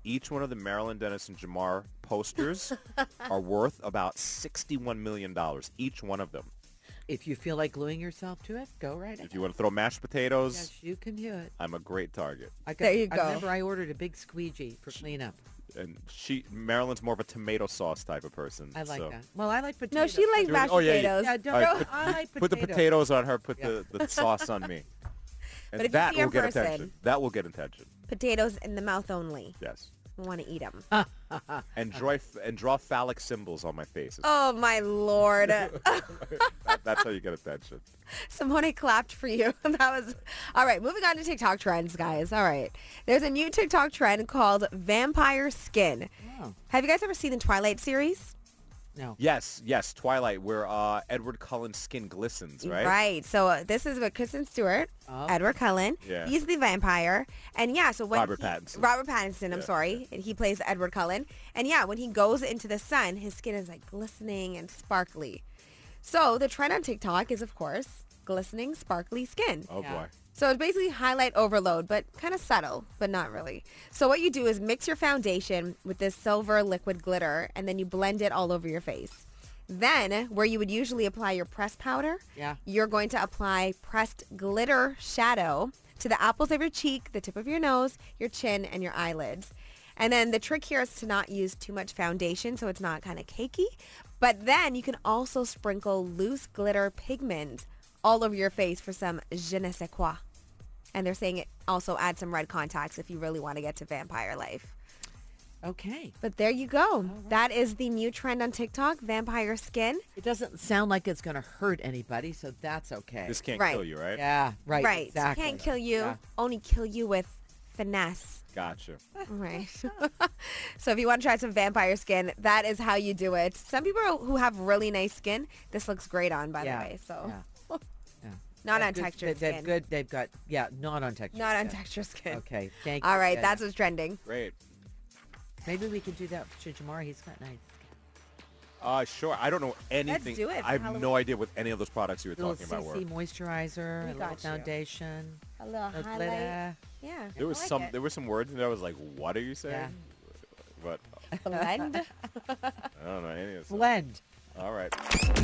[SPEAKER 2] each one of the Marilyn Dennis and Jamar posters are worth about sixty-one million dollars each one of them.
[SPEAKER 3] If you feel like gluing yourself to it, go right ahead.
[SPEAKER 2] If you want to throw mashed potatoes,
[SPEAKER 3] Yes, you can do it.
[SPEAKER 2] I'm a great target.
[SPEAKER 3] I got,
[SPEAKER 7] There you
[SPEAKER 3] I
[SPEAKER 7] go.
[SPEAKER 3] remember I ordered a big squeegee for cleanup.
[SPEAKER 2] And she, Marilyn's more of a tomato sauce type of person.
[SPEAKER 3] I like
[SPEAKER 2] so-
[SPEAKER 3] that. Well, I like
[SPEAKER 7] No,
[SPEAKER 3] potatoes.
[SPEAKER 7] she likes
[SPEAKER 2] Dude,
[SPEAKER 7] mashed
[SPEAKER 2] oh, yeah, yeah.
[SPEAKER 7] potatoes.
[SPEAKER 3] Yeah, don't,
[SPEAKER 2] All right,
[SPEAKER 3] no, I like
[SPEAKER 2] Put the potatoes on her. Put the, the sauce on me. And
[SPEAKER 7] But if you
[SPEAKER 2] that
[SPEAKER 7] see her
[SPEAKER 2] will
[SPEAKER 7] in
[SPEAKER 2] get
[SPEAKER 7] person-
[SPEAKER 2] attention. That will get attention.
[SPEAKER 7] Potatoes in the mouth only.
[SPEAKER 2] Yes.
[SPEAKER 7] want to eat them.
[SPEAKER 3] Uh.
[SPEAKER 2] And draw f- and draw phallic symbols on my face.
[SPEAKER 7] Oh my lord.
[SPEAKER 2] That's how you get attention.
[SPEAKER 7] Simone clapped for you. That was all right. Moving on to TikTok trends, guys. All right, there's a new TikTok trend called vampire skin.
[SPEAKER 3] Oh.
[SPEAKER 7] Have you guys ever seen the Twilight series?
[SPEAKER 3] No.
[SPEAKER 2] Yes, yes, Twilight, where uh, Edward Cullen's skin glistens, right?
[SPEAKER 7] So uh, this is with Kristen Stewart,
[SPEAKER 3] Oh.
[SPEAKER 7] Edward Cullen.
[SPEAKER 2] Yeah.
[SPEAKER 7] He's the vampire, and yeah. So when
[SPEAKER 2] Robert
[SPEAKER 7] he-
[SPEAKER 2] Pattinson.
[SPEAKER 7] Robert Pattinson. I'm
[SPEAKER 2] Yeah,
[SPEAKER 7] sorry. And He plays Edward Cullen, and yeah, when he goes into the sun, his skin is like glistening and sparkly. So the trend on TikTok is, of course, glistening, sparkly skin.
[SPEAKER 2] Oh
[SPEAKER 3] Yeah.
[SPEAKER 2] boy.
[SPEAKER 7] So it's basically highlight overload, but kind of subtle, but not really. So what you do is mix your foundation with this silver liquid glitter, and then you blend it all over your face. Then, where you would usually apply your pressed powder,
[SPEAKER 3] Yeah.
[SPEAKER 7] you're going to apply pressed glitter shadow to the apples of your cheek, the tip of your nose, your chin, and your eyelids. And then the trick here is to not use too much foundation so it's not kind of cakey. But then you can also sprinkle loose glitter pigment all over your face for some je ne sais quoi. And they're saying it also add some red contacts if you really want to get to vampire life.
[SPEAKER 3] Okay.
[SPEAKER 7] But there you go. That is the new trend on TikTok, vampire skin.
[SPEAKER 3] It doesn't sound like it's going to hurt anybody, so that's okay.
[SPEAKER 2] This can't
[SPEAKER 7] Right.
[SPEAKER 2] kill you, right?
[SPEAKER 3] Yeah, right.
[SPEAKER 7] Right.
[SPEAKER 3] Exactly.
[SPEAKER 7] Can't kill you.
[SPEAKER 3] Yeah.
[SPEAKER 7] Only kill you with finesse.
[SPEAKER 2] Gotcha.
[SPEAKER 7] Right. so if you want to try some vampire skin, that is how you do it. Some people who have really nice skin, this looks great on, by
[SPEAKER 3] yeah.
[SPEAKER 7] the way. So
[SPEAKER 3] yeah, yeah.
[SPEAKER 7] not
[SPEAKER 3] They've
[SPEAKER 7] on
[SPEAKER 3] good-
[SPEAKER 7] textured
[SPEAKER 3] they- They've
[SPEAKER 7] skin.
[SPEAKER 3] good. They've got yeah, not on textured.
[SPEAKER 7] Not on
[SPEAKER 3] skin.
[SPEAKER 7] textured skin.
[SPEAKER 3] Okay. Thank you.
[SPEAKER 7] All right,
[SPEAKER 3] Yeah,
[SPEAKER 7] that's
[SPEAKER 3] yeah.
[SPEAKER 7] what's trending.
[SPEAKER 2] Great.
[SPEAKER 3] maybe we could do that to Jamar. He's got nice.
[SPEAKER 2] Uh, sure. I don't know anything.
[SPEAKER 7] do it for
[SPEAKER 2] I have no
[SPEAKER 7] Halloween.
[SPEAKER 2] idea what any of those products you were
[SPEAKER 3] Little
[SPEAKER 2] talking about were.
[SPEAKER 3] CC moisturizer,
[SPEAKER 7] We
[SPEAKER 3] a
[SPEAKER 7] got you.
[SPEAKER 3] little foundation,
[SPEAKER 7] A little
[SPEAKER 3] a
[SPEAKER 7] highlight.
[SPEAKER 3] glitter.
[SPEAKER 7] Yeah.
[SPEAKER 2] There was
[SPEAKER 7] I like
[SPEAKER 2] some.
[SPEAKER 7] it.
[SPEAKER 2] There were some words in there. I was like, "What are you saying?"
[SPEAKER 3] Yeah.
[SPEAKER 2] But
[SPEAKER 7] blend.
[SPEAKER 2] I don't know any of this.
[SPEAKER 3] Blend.
[SPEAKER 2] All right.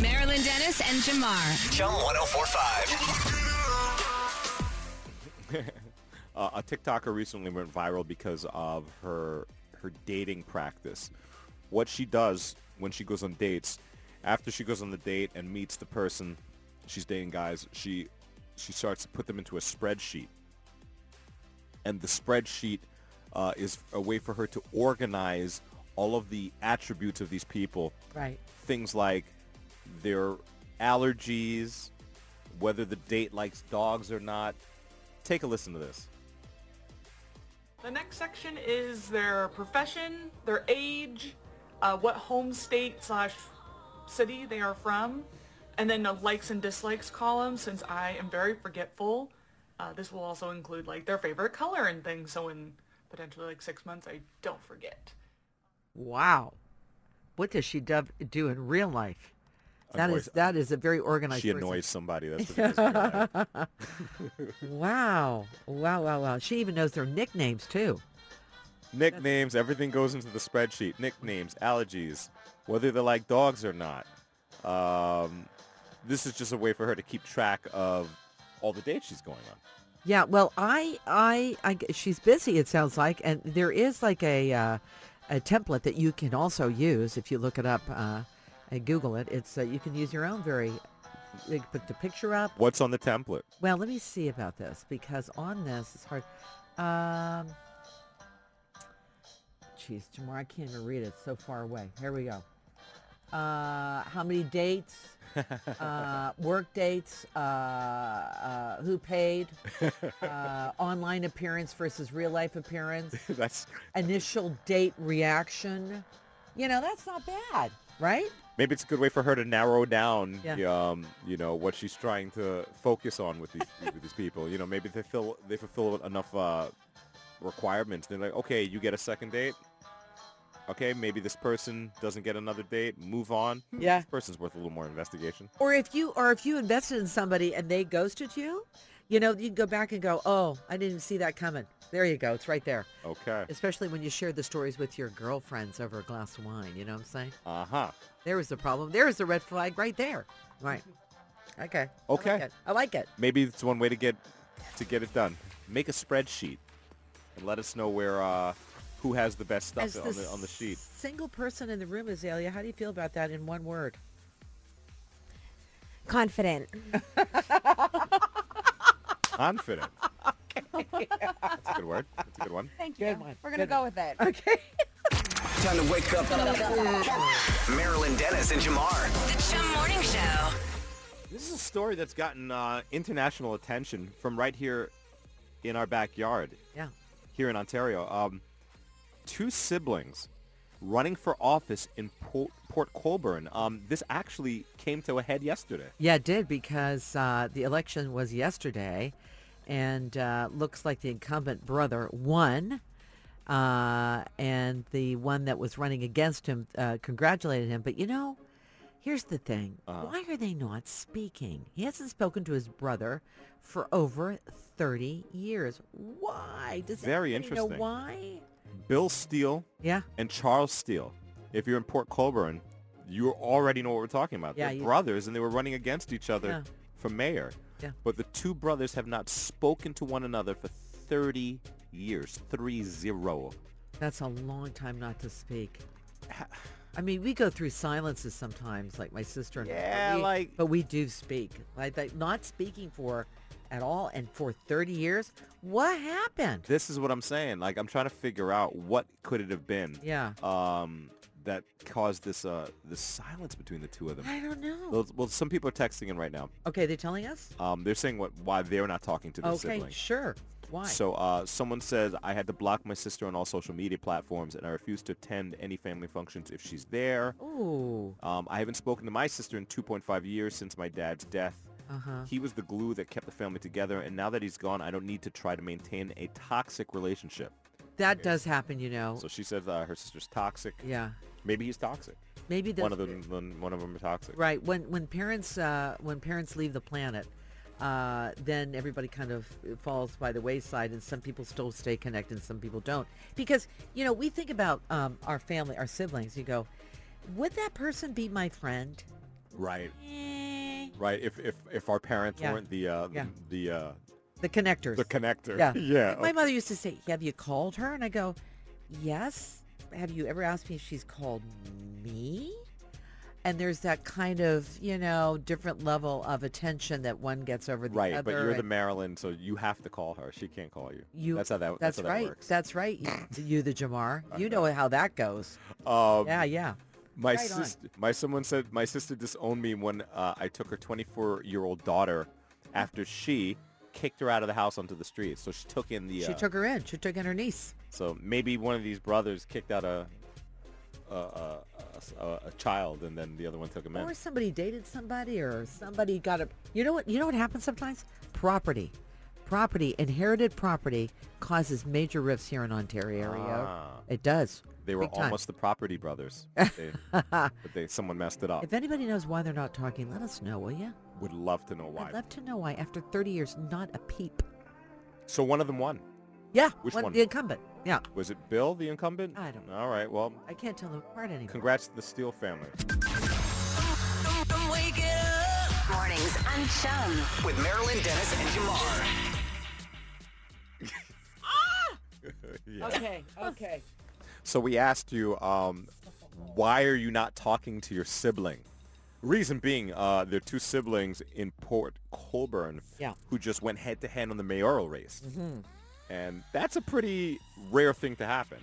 [SPEAKER 1] Marilyn Dennis and Jamar.
[SPEAKER 4] Chum 1045.
[SPEAKER 2] Uh, a TikToker recently went viral because of her her dating practice. What she does when she goes on dates, after she goes on the date and meets the person she's dating, guys, she she starts to put them into a spreadsheet, and the spreadsheet uh, is a way for her to organize all of the attributes of these people
[SPEAKER 3] Right.
[SPEAKER 2] things like their allergies, whether the date likes dogs or not. Take a listen to this.
[SPEAKER 5] The next section is their profession, their age, uh, what home state slash city they are from, and then a likes and dislikes column. Since I am very forgetful, uh, this will also include like their favorite color and things. So in potentially like six months, I don't forget.
[SPEAKER 3] Wow. What does she dub- do in real life? That
[SPEAKER 2] Annoys-
[SPEAKER 3] is that is a very organized.
[SPEAKER 2] uh, She
[SPEAKER 3] person.
[SPEAKER 2] annoys somebody. That's what it is. in real life.
[SPEAKER 3] Wow, wow, wow, wow. She even knows their nicknames too.
[SPEAKER 2] Nicknames, everything goes into the spreadsheet. Nicknames, allergies, whether they like dogs or not. Um, this is just a way for her to keep track of all the dates she's going on.
[SPEAKER 3] Yeah. Well, I, I, I g- she's busy. It sounds like, and there is like a uh, a template that you can also use if you look it up uh, and Google it. It's uh, you can use your own very. You can put the picture up.
[SPEAKER 2] What's on the template?
[SPEAKER 3] Well, let me see about this because on this it's hard. Um, geez, tomorrow I can't even read it. It's so far away. Here we go. Uh, how many dates? uh, work dates? Uh, uh, who paid? Uh, online appearance versus real life appearance?
[SPEAKER 2] That's
[SPEAKER 3] Initial date reaction? You know, that's not bad, right?
[SPEAKER 2] maybe it's a good way for her to narrow down,
[SPEAKER 3] Yeah.
[SPEAKER 2] the, um, you know, what she's trying to focus on with these with these people. You know, maybe they fill they fulfill enough uh, requirements. They're like, okay, you get a second date. Okay, maybe this person doesn't get another date. Move on. Hmm,
[SPEAKER 3] Yeah.
[SPEAKER 2] this person's worth a little more investigation.
[SPEAKER 3] Or if you or if you invested in somebody and they ghosted you, you know, you can go back and go, Oh, I didn't see that coming. There you go. It's right there.
[SPEAKER 2] Okay.
[SPEAKER 3] Especially when you share the stories with your girlfriends over a glass of wine, you know what I'm saying?
[SPEAKER 2] Uh huh.
[SPEAKER 3] There was the problem. There is the red flag right there. Right. Okay. I
[SPEAKER 2] Okay.
[SPEAKER 3] like it. I like it.
[SPEAKER 2] Maybe it's one way to get to get it done. Make a spreadsheet and let us know where uh, who has the best stuff
[SPEAKER 3] As
[SPEAKER 2] on the on the sheet.
[SPEAKER 3] Single person in the room, Azalea, how do you feel about that in one word?
[SPEAKER 7] Confident.
[SPEAKER 2] Confident. That's a good word. That's a good one.
[SPEAKER 7] Thank
[SPEAKER 3] Good one.
[SPEAKER 7] We're gonna go with it.
[SPEAKER 3] Okay.
[SPEAKER 4] Time to wake up Marilyn Dennis and Jamar.
[SPEAKER 1] The Chum Morning Show.
[SPEAKER 2] This is a story that's gotten uh, international attention from right here in our backyard
[SPEAKER 3] Yeah.
[SPEAKER 2] here in Ontario. Um, two siblings running for office in Port, Port Colborne. Um, this actually came to a head yesterday.
[SPEAKER 3] Yeah, it did because uh, the election was yesterday, and uh, looks like the incumbent brother won, uh, and the one that was running against him uh, congratulated him. But you know, here's the thing:
[SPEAKER 2] Uh.
[SPEAKER 3] why are they not speaking? He hasn't spoken to his brother for over thirty years. Why? Does
[SPEAKER 2] Very
[SPEAKER 3] anybody
[SPEAKER 2] interesting.
[SPEAKER 3] Know why?
[SPEAKER 2] Bill Steele
[SPEAKER 3] Yeah.
[SPEAKER 2] and Charles Steele. If you're in Port Colborne, you already know what we're talking about.
[SPEAKER 3] Yeah,
[SPEAKER 2] They're
[SPEAKER 3] you-
[SPEAKER 2] brothers, and they were running against each other
[SPEAKER 3] Yeah.
[SPEAKER 2] for mayor.
[SPEAKER 3] Yeah.
[SPEAKER 2] But the two brothers have not spoken to one another for 30 years. Three zero.
[SPEAKER 3] That's a long time not to speak. I mean, we go through silences sometimes, like my sister and I, but
[SPEAKER 2] Yeah,
[SPEAKER 3] we-
[SPEAKER 2] like-
[SPEAKER 3] But we do speak. Like, like not speaking for at all and for 30 years. What happened?
[SPEAKER 2] This is what I'm saying. Like, I'm trying to figure out what could it have been
[SPEAKER 3] Yeah.
[SPEAKER 2] um, that caused this uh, this silence between the two of them.
[SPEAKER 3] I don't know.
[SPEAKER 2] Well, well, some people are texting in right now.
[SPEAKER 3] Okay, they're telling us?
[SPEAKER 2] Um, they're saying what why they're not talking to their
[SPEAKER 3] Okay,
[SPEAKER 2] siblings.
[SPEAKER 3] sure. Why?
[SPEAKER 2] So uh, someone says, I had to block my sister on all social media platforms and I refuse to attend any family functions if she's there.
[SPEAKER 3] Oh. Ooh.
[SPEAKER 2] Um, I haven't spoken to my sister in 2.5 years since my dad's death.
[SPEAKER 3] Uh-huh.
[SPEAKER 2] He was the glue that kept the family together and now that he's gone, I don't need to try to maintain a toxic relationship.
[SPEAKER 3] That does happen, you know.
[SPEAKER 2] So she says uh, her sister's toxic.
[SPEAKER 3] yeah.
[SPEAKER 2] Maybe he's toxic.
[SPEAKER 3] Maybe the,
[SPEAKER 2] One of them, one- one of them are toxic.
[SPEAKER 3] Right. When when parents uh, when parents leave the planet, uh, then everybody kind of uh, falls by the wayside, and some people still stay connected, and some people don't. Because you know, we think about um, our family, our siblings. You go, would that person be my friend?
[SPEAKER 2] Right.
[SPEAKER 3] Eh,
[SPEAKER 2] Right. If if, if our parents
[SPEAKER 3] Yeah.
[SPEAKER 2] weren't the uh,
[SPEAKER 3] Yeah.
[SPEAKER 2] the the, uh,
[SPEAKER 3] The connectors.
[SPEAKER 2] the connector.
[SPEAKER 3] yeah.
[SPEAKER 2] yeah.
[SPEAKER 3] Like My mother used to say, "Have you called her?" And I go, "Yes." Have you ever asked me if she's called me? And there's that kind of, you know, different level of attention that one gets over the
[SPEAKER 2] Oh, Right,
[SPEAKER 3] other.
[SPEAKER 2] but you're the
[SPEAKER 3] and-
[SPEAKER 2] Maryland, so you have to call her. She can't call you.
[SPEAKER 3] You,
[SPEAKER 2] that's how that.
[SPEAKER 3] That's,
[SPEAKER 2] That's, how
[SPEAKER 3] right.
[SPEAKER 2] That works.
[SPEAKER 3] That's right. You, you the Jamar. You know how that goes.
[SPEAKER 2] Um,
[SPEAKER 3] Yeah, yeah.
[SPEAKER 2] my
[SPEAKER 3] right on.
[SPEAKER 2] sister, my someone said my sister disowned me when uh, I took her 24 year old daughter after she kicked her out of the house onto the street. So she took in the. uh,
[SPEAKER 3] She took her in. She took in her niece.
[SPEAKER 2] so maybe one of these brothers kicked out a a, a, a, a child, and then the other one took him
[SPEAKER 3] Or
[SPEAKER 2] in.
[SPEAKER 3] somebody dated somebody, or somebody got a. You know what? You know what happens sometimes? Property, property, inherited property causes major rifts here in Ontario.
[SPEAKER 2] Ah.
[SPEAKER 3] It does.
[SPEAKER 2] They were
[SPEAKER 3] Big time.
[SPEAKER 2] almost the property brothers. They, but they someone messed it up.
[SPEAKER 3] If anybody knows why they're not talking, let us know, will you?
[SPEAKER 2] Would love to know why.
[SPEAKER 3] I'd love to know why. After 30 years, not a peep.
[SPEAKER 2] so one of them won.
[SPEAKER 3] Yeah.
[SPEAKER 2] Which one?
[SPEAKER 3] The incumbent. Yeah.
[SPEAKER 2] Was it Bill, the incumbent?
[SPEAKER 3] I don't know.
[SPEAKER 2] All right. Well,
[SPEAKER 3] I can't tell them apart anymore.
[SPEAKER 2] congrats to the Steele family.
[SPEAKER 6] Don't wake it up.
[SPEAKER 1] Mornings on Chum.
[SPEAKER 4] With Marilyn Dennis and Jamar.
[SPEAKER 3] Okay. Okay.
[SPEAKER 2] So we asked you, um, why are you not talking to your sibling? Reason being, uh, there are two siblings in Port Colborne
[SPEAKER 3] Yeah. Mm-hmm.
[SPEAKER 2] who just went head to head on the mayoral race, and that's a pretty rare thing to happen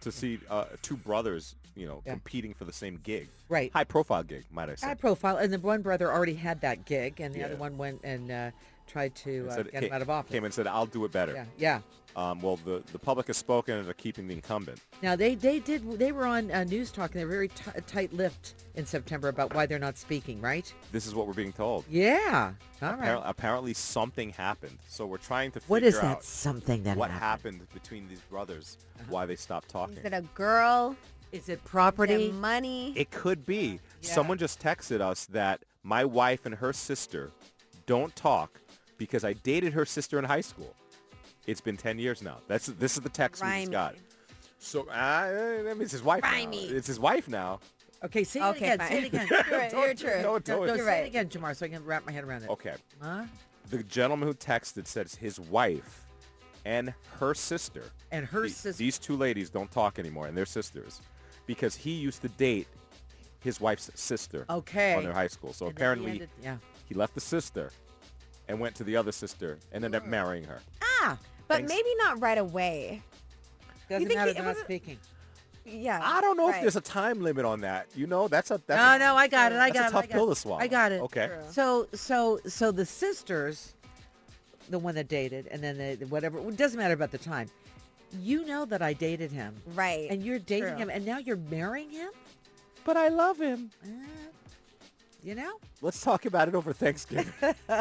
[SPEAKER 2] to see uh, two brothers, you know,
[SPEAKER 3] Yeah.
[SPEAKER 2] competing for the same gig,
[SPEAKER 3] Right.
[SPEAKER 2] High profile gig, might I say?
[SPEAKER 3] High profile, and the one brother already had that gig, and the other
[SPEAKER 2] Yeah.
[SPEAKER 3] one went and uh, tried to
[SPEAKER 2] And
[SPEAKER 3] uh,
[SPEAKER 2] said-
[SPEAKER 3] get him
[SPEAKER 2] ca-
[SPEAKER 3] out of office.
[SPEAKER 2] Came and said, "I'll do it better."
[SPEAKER 3] yeah. Yeah.
[SPEAKER 2] Um, well, the the public has spoken, and they're keeping the incumbent.
[SPEAKER 3] Now they they did they were on uh, news talk and they were very t- tight-lipped in September about why they're not speaking, right?
[SPEAKER 2] This is what we're being told.
[SPEAKER 3] Yeah. All right.
[SPEAKER 2] Appar- apparently, something happened. So we're trying to figure
[SPEAKER 3] What is that
[SPEAKER 2] out
[SPEAKER 3] something that
[SPEAKER 2] what
[SPEAKER 3] happened?
[SPEAKER 2] happened between these brothers, why they stopped talking.
[SPEAKER 7] Uh-huh. Is it a girl?
[SPEAKER 3] Is it
[SPEAKER 7] Is
[SPEAKER 3] property?
[SPEAKER 7] it money?
[SPEAKER 2] It could be.
[SPEAKER 3] Yeah.
[SPEAKER 2] Someone just texted us that my wife and her sister don't talk because I dated her sister in high school. It's been 10 years now. That's This is the text we just
[SPEAKER 7] Rhymey.
[SPEAKER 2] got. So uh, that means his wife now.
[SPEAKER 7] Rhymey.
[SPEAKER 2] It's his wife now.
[SPEAKER 3] Okay, say
[SPEAKER 7] Okay,
[SPEAKER 3] it again. Say it
[SPEAKER 7] fine.
[SPEAKER 3] again.
[SPEAKER 7] You're right, you're true.
[SPEAKER 2] No,
[SPEAKER 3] No,
[SPEAKER 2] don't.
[SPEAKER 3] no,
[SPEAKER 7] You're
[SPEAKER 3] say
[SPEAKER 7] right.
[SPEAKER 3] it again, Jamar, so I can wrap my head around it.
[SPEAKER 2] Okay.
[SPEAKER 3] Huh?
[SPEAKER 2] The gentleman who texted says his wife and her sister
[SPEAKER 3] And her
[SPEAKER 2] The-
[SPEAKER 3] sister.
[SPEAKER 2] These two ladies don't talk anymore, and they're sisters, because he used to date his wife's sister
[SPEAKER 3] Okay.
[SPEAKER 2] on their high school. So
[SPEAKER 3] And then he
[SPEAKER 2] apparently,
[SPEAKER 3] ended- yeah.
[SPEAKER 2] he left the sister and went to the other sister and ended up
[SPEAKER 3] Hmm.
[SPEAKER 2] marrying her.
[SPEAKER 3] Ah,
[SPEAKER 7] but
[SPEAKER 2] Thanks.
[SPEAKER 7] maybe not right away.
[SPEAKER 3] doesn't
[SPEAKER 7] think
[SPEAKER 3] matter.
[SPEAKER 7] he-
[SPEAKER 3] They're
[SPEAKER 7] it
[SPEAKER 3] not
[SPEAKER 7] wasn't-
[SPEAKER 3] speaking.
[SPEAKER 7] Yeah.
[SPEAKER 2] I don't know if
[SPEAKER 7] right.
[SPEAKER 2] there's a time limit on that. You know, that's a that's
[SPEAKER 3] No,
[SPEAKER 2] a,
[SPEAKER 3] no, I got it. I
[SPEAKER 2] that's
[SPEAKER 3] got
[SPEAKER 2] a
[SPEAKER 3] it.
[SPEAKER 2] tough
[SPEAKER 3] I got
[SPEAKER 2] pill
[SPEAKER 3] it.
[SPEAKER 2] to swallow.
[SPEAKER 3] I got it.
[SPEAKER 2] Okay.
[SPEAKER 7] True.
[SPEAKER 3] So, so, so the sisters, the one that dated, and then the, the whatever. It doesn't matter about the time. You know that I dated him,
[SPEAKER 7] Right.
[SPEAKER 3] and you're dating
[SPEAKER 7] True.
[SPEAKER 3] him, and now you're marrying him.
[SPEAKER 2] But I love him.
[SPEAKER 3] Uh, you know.
[SPEAKER 2] Let's talk about it over Thanksgiving. All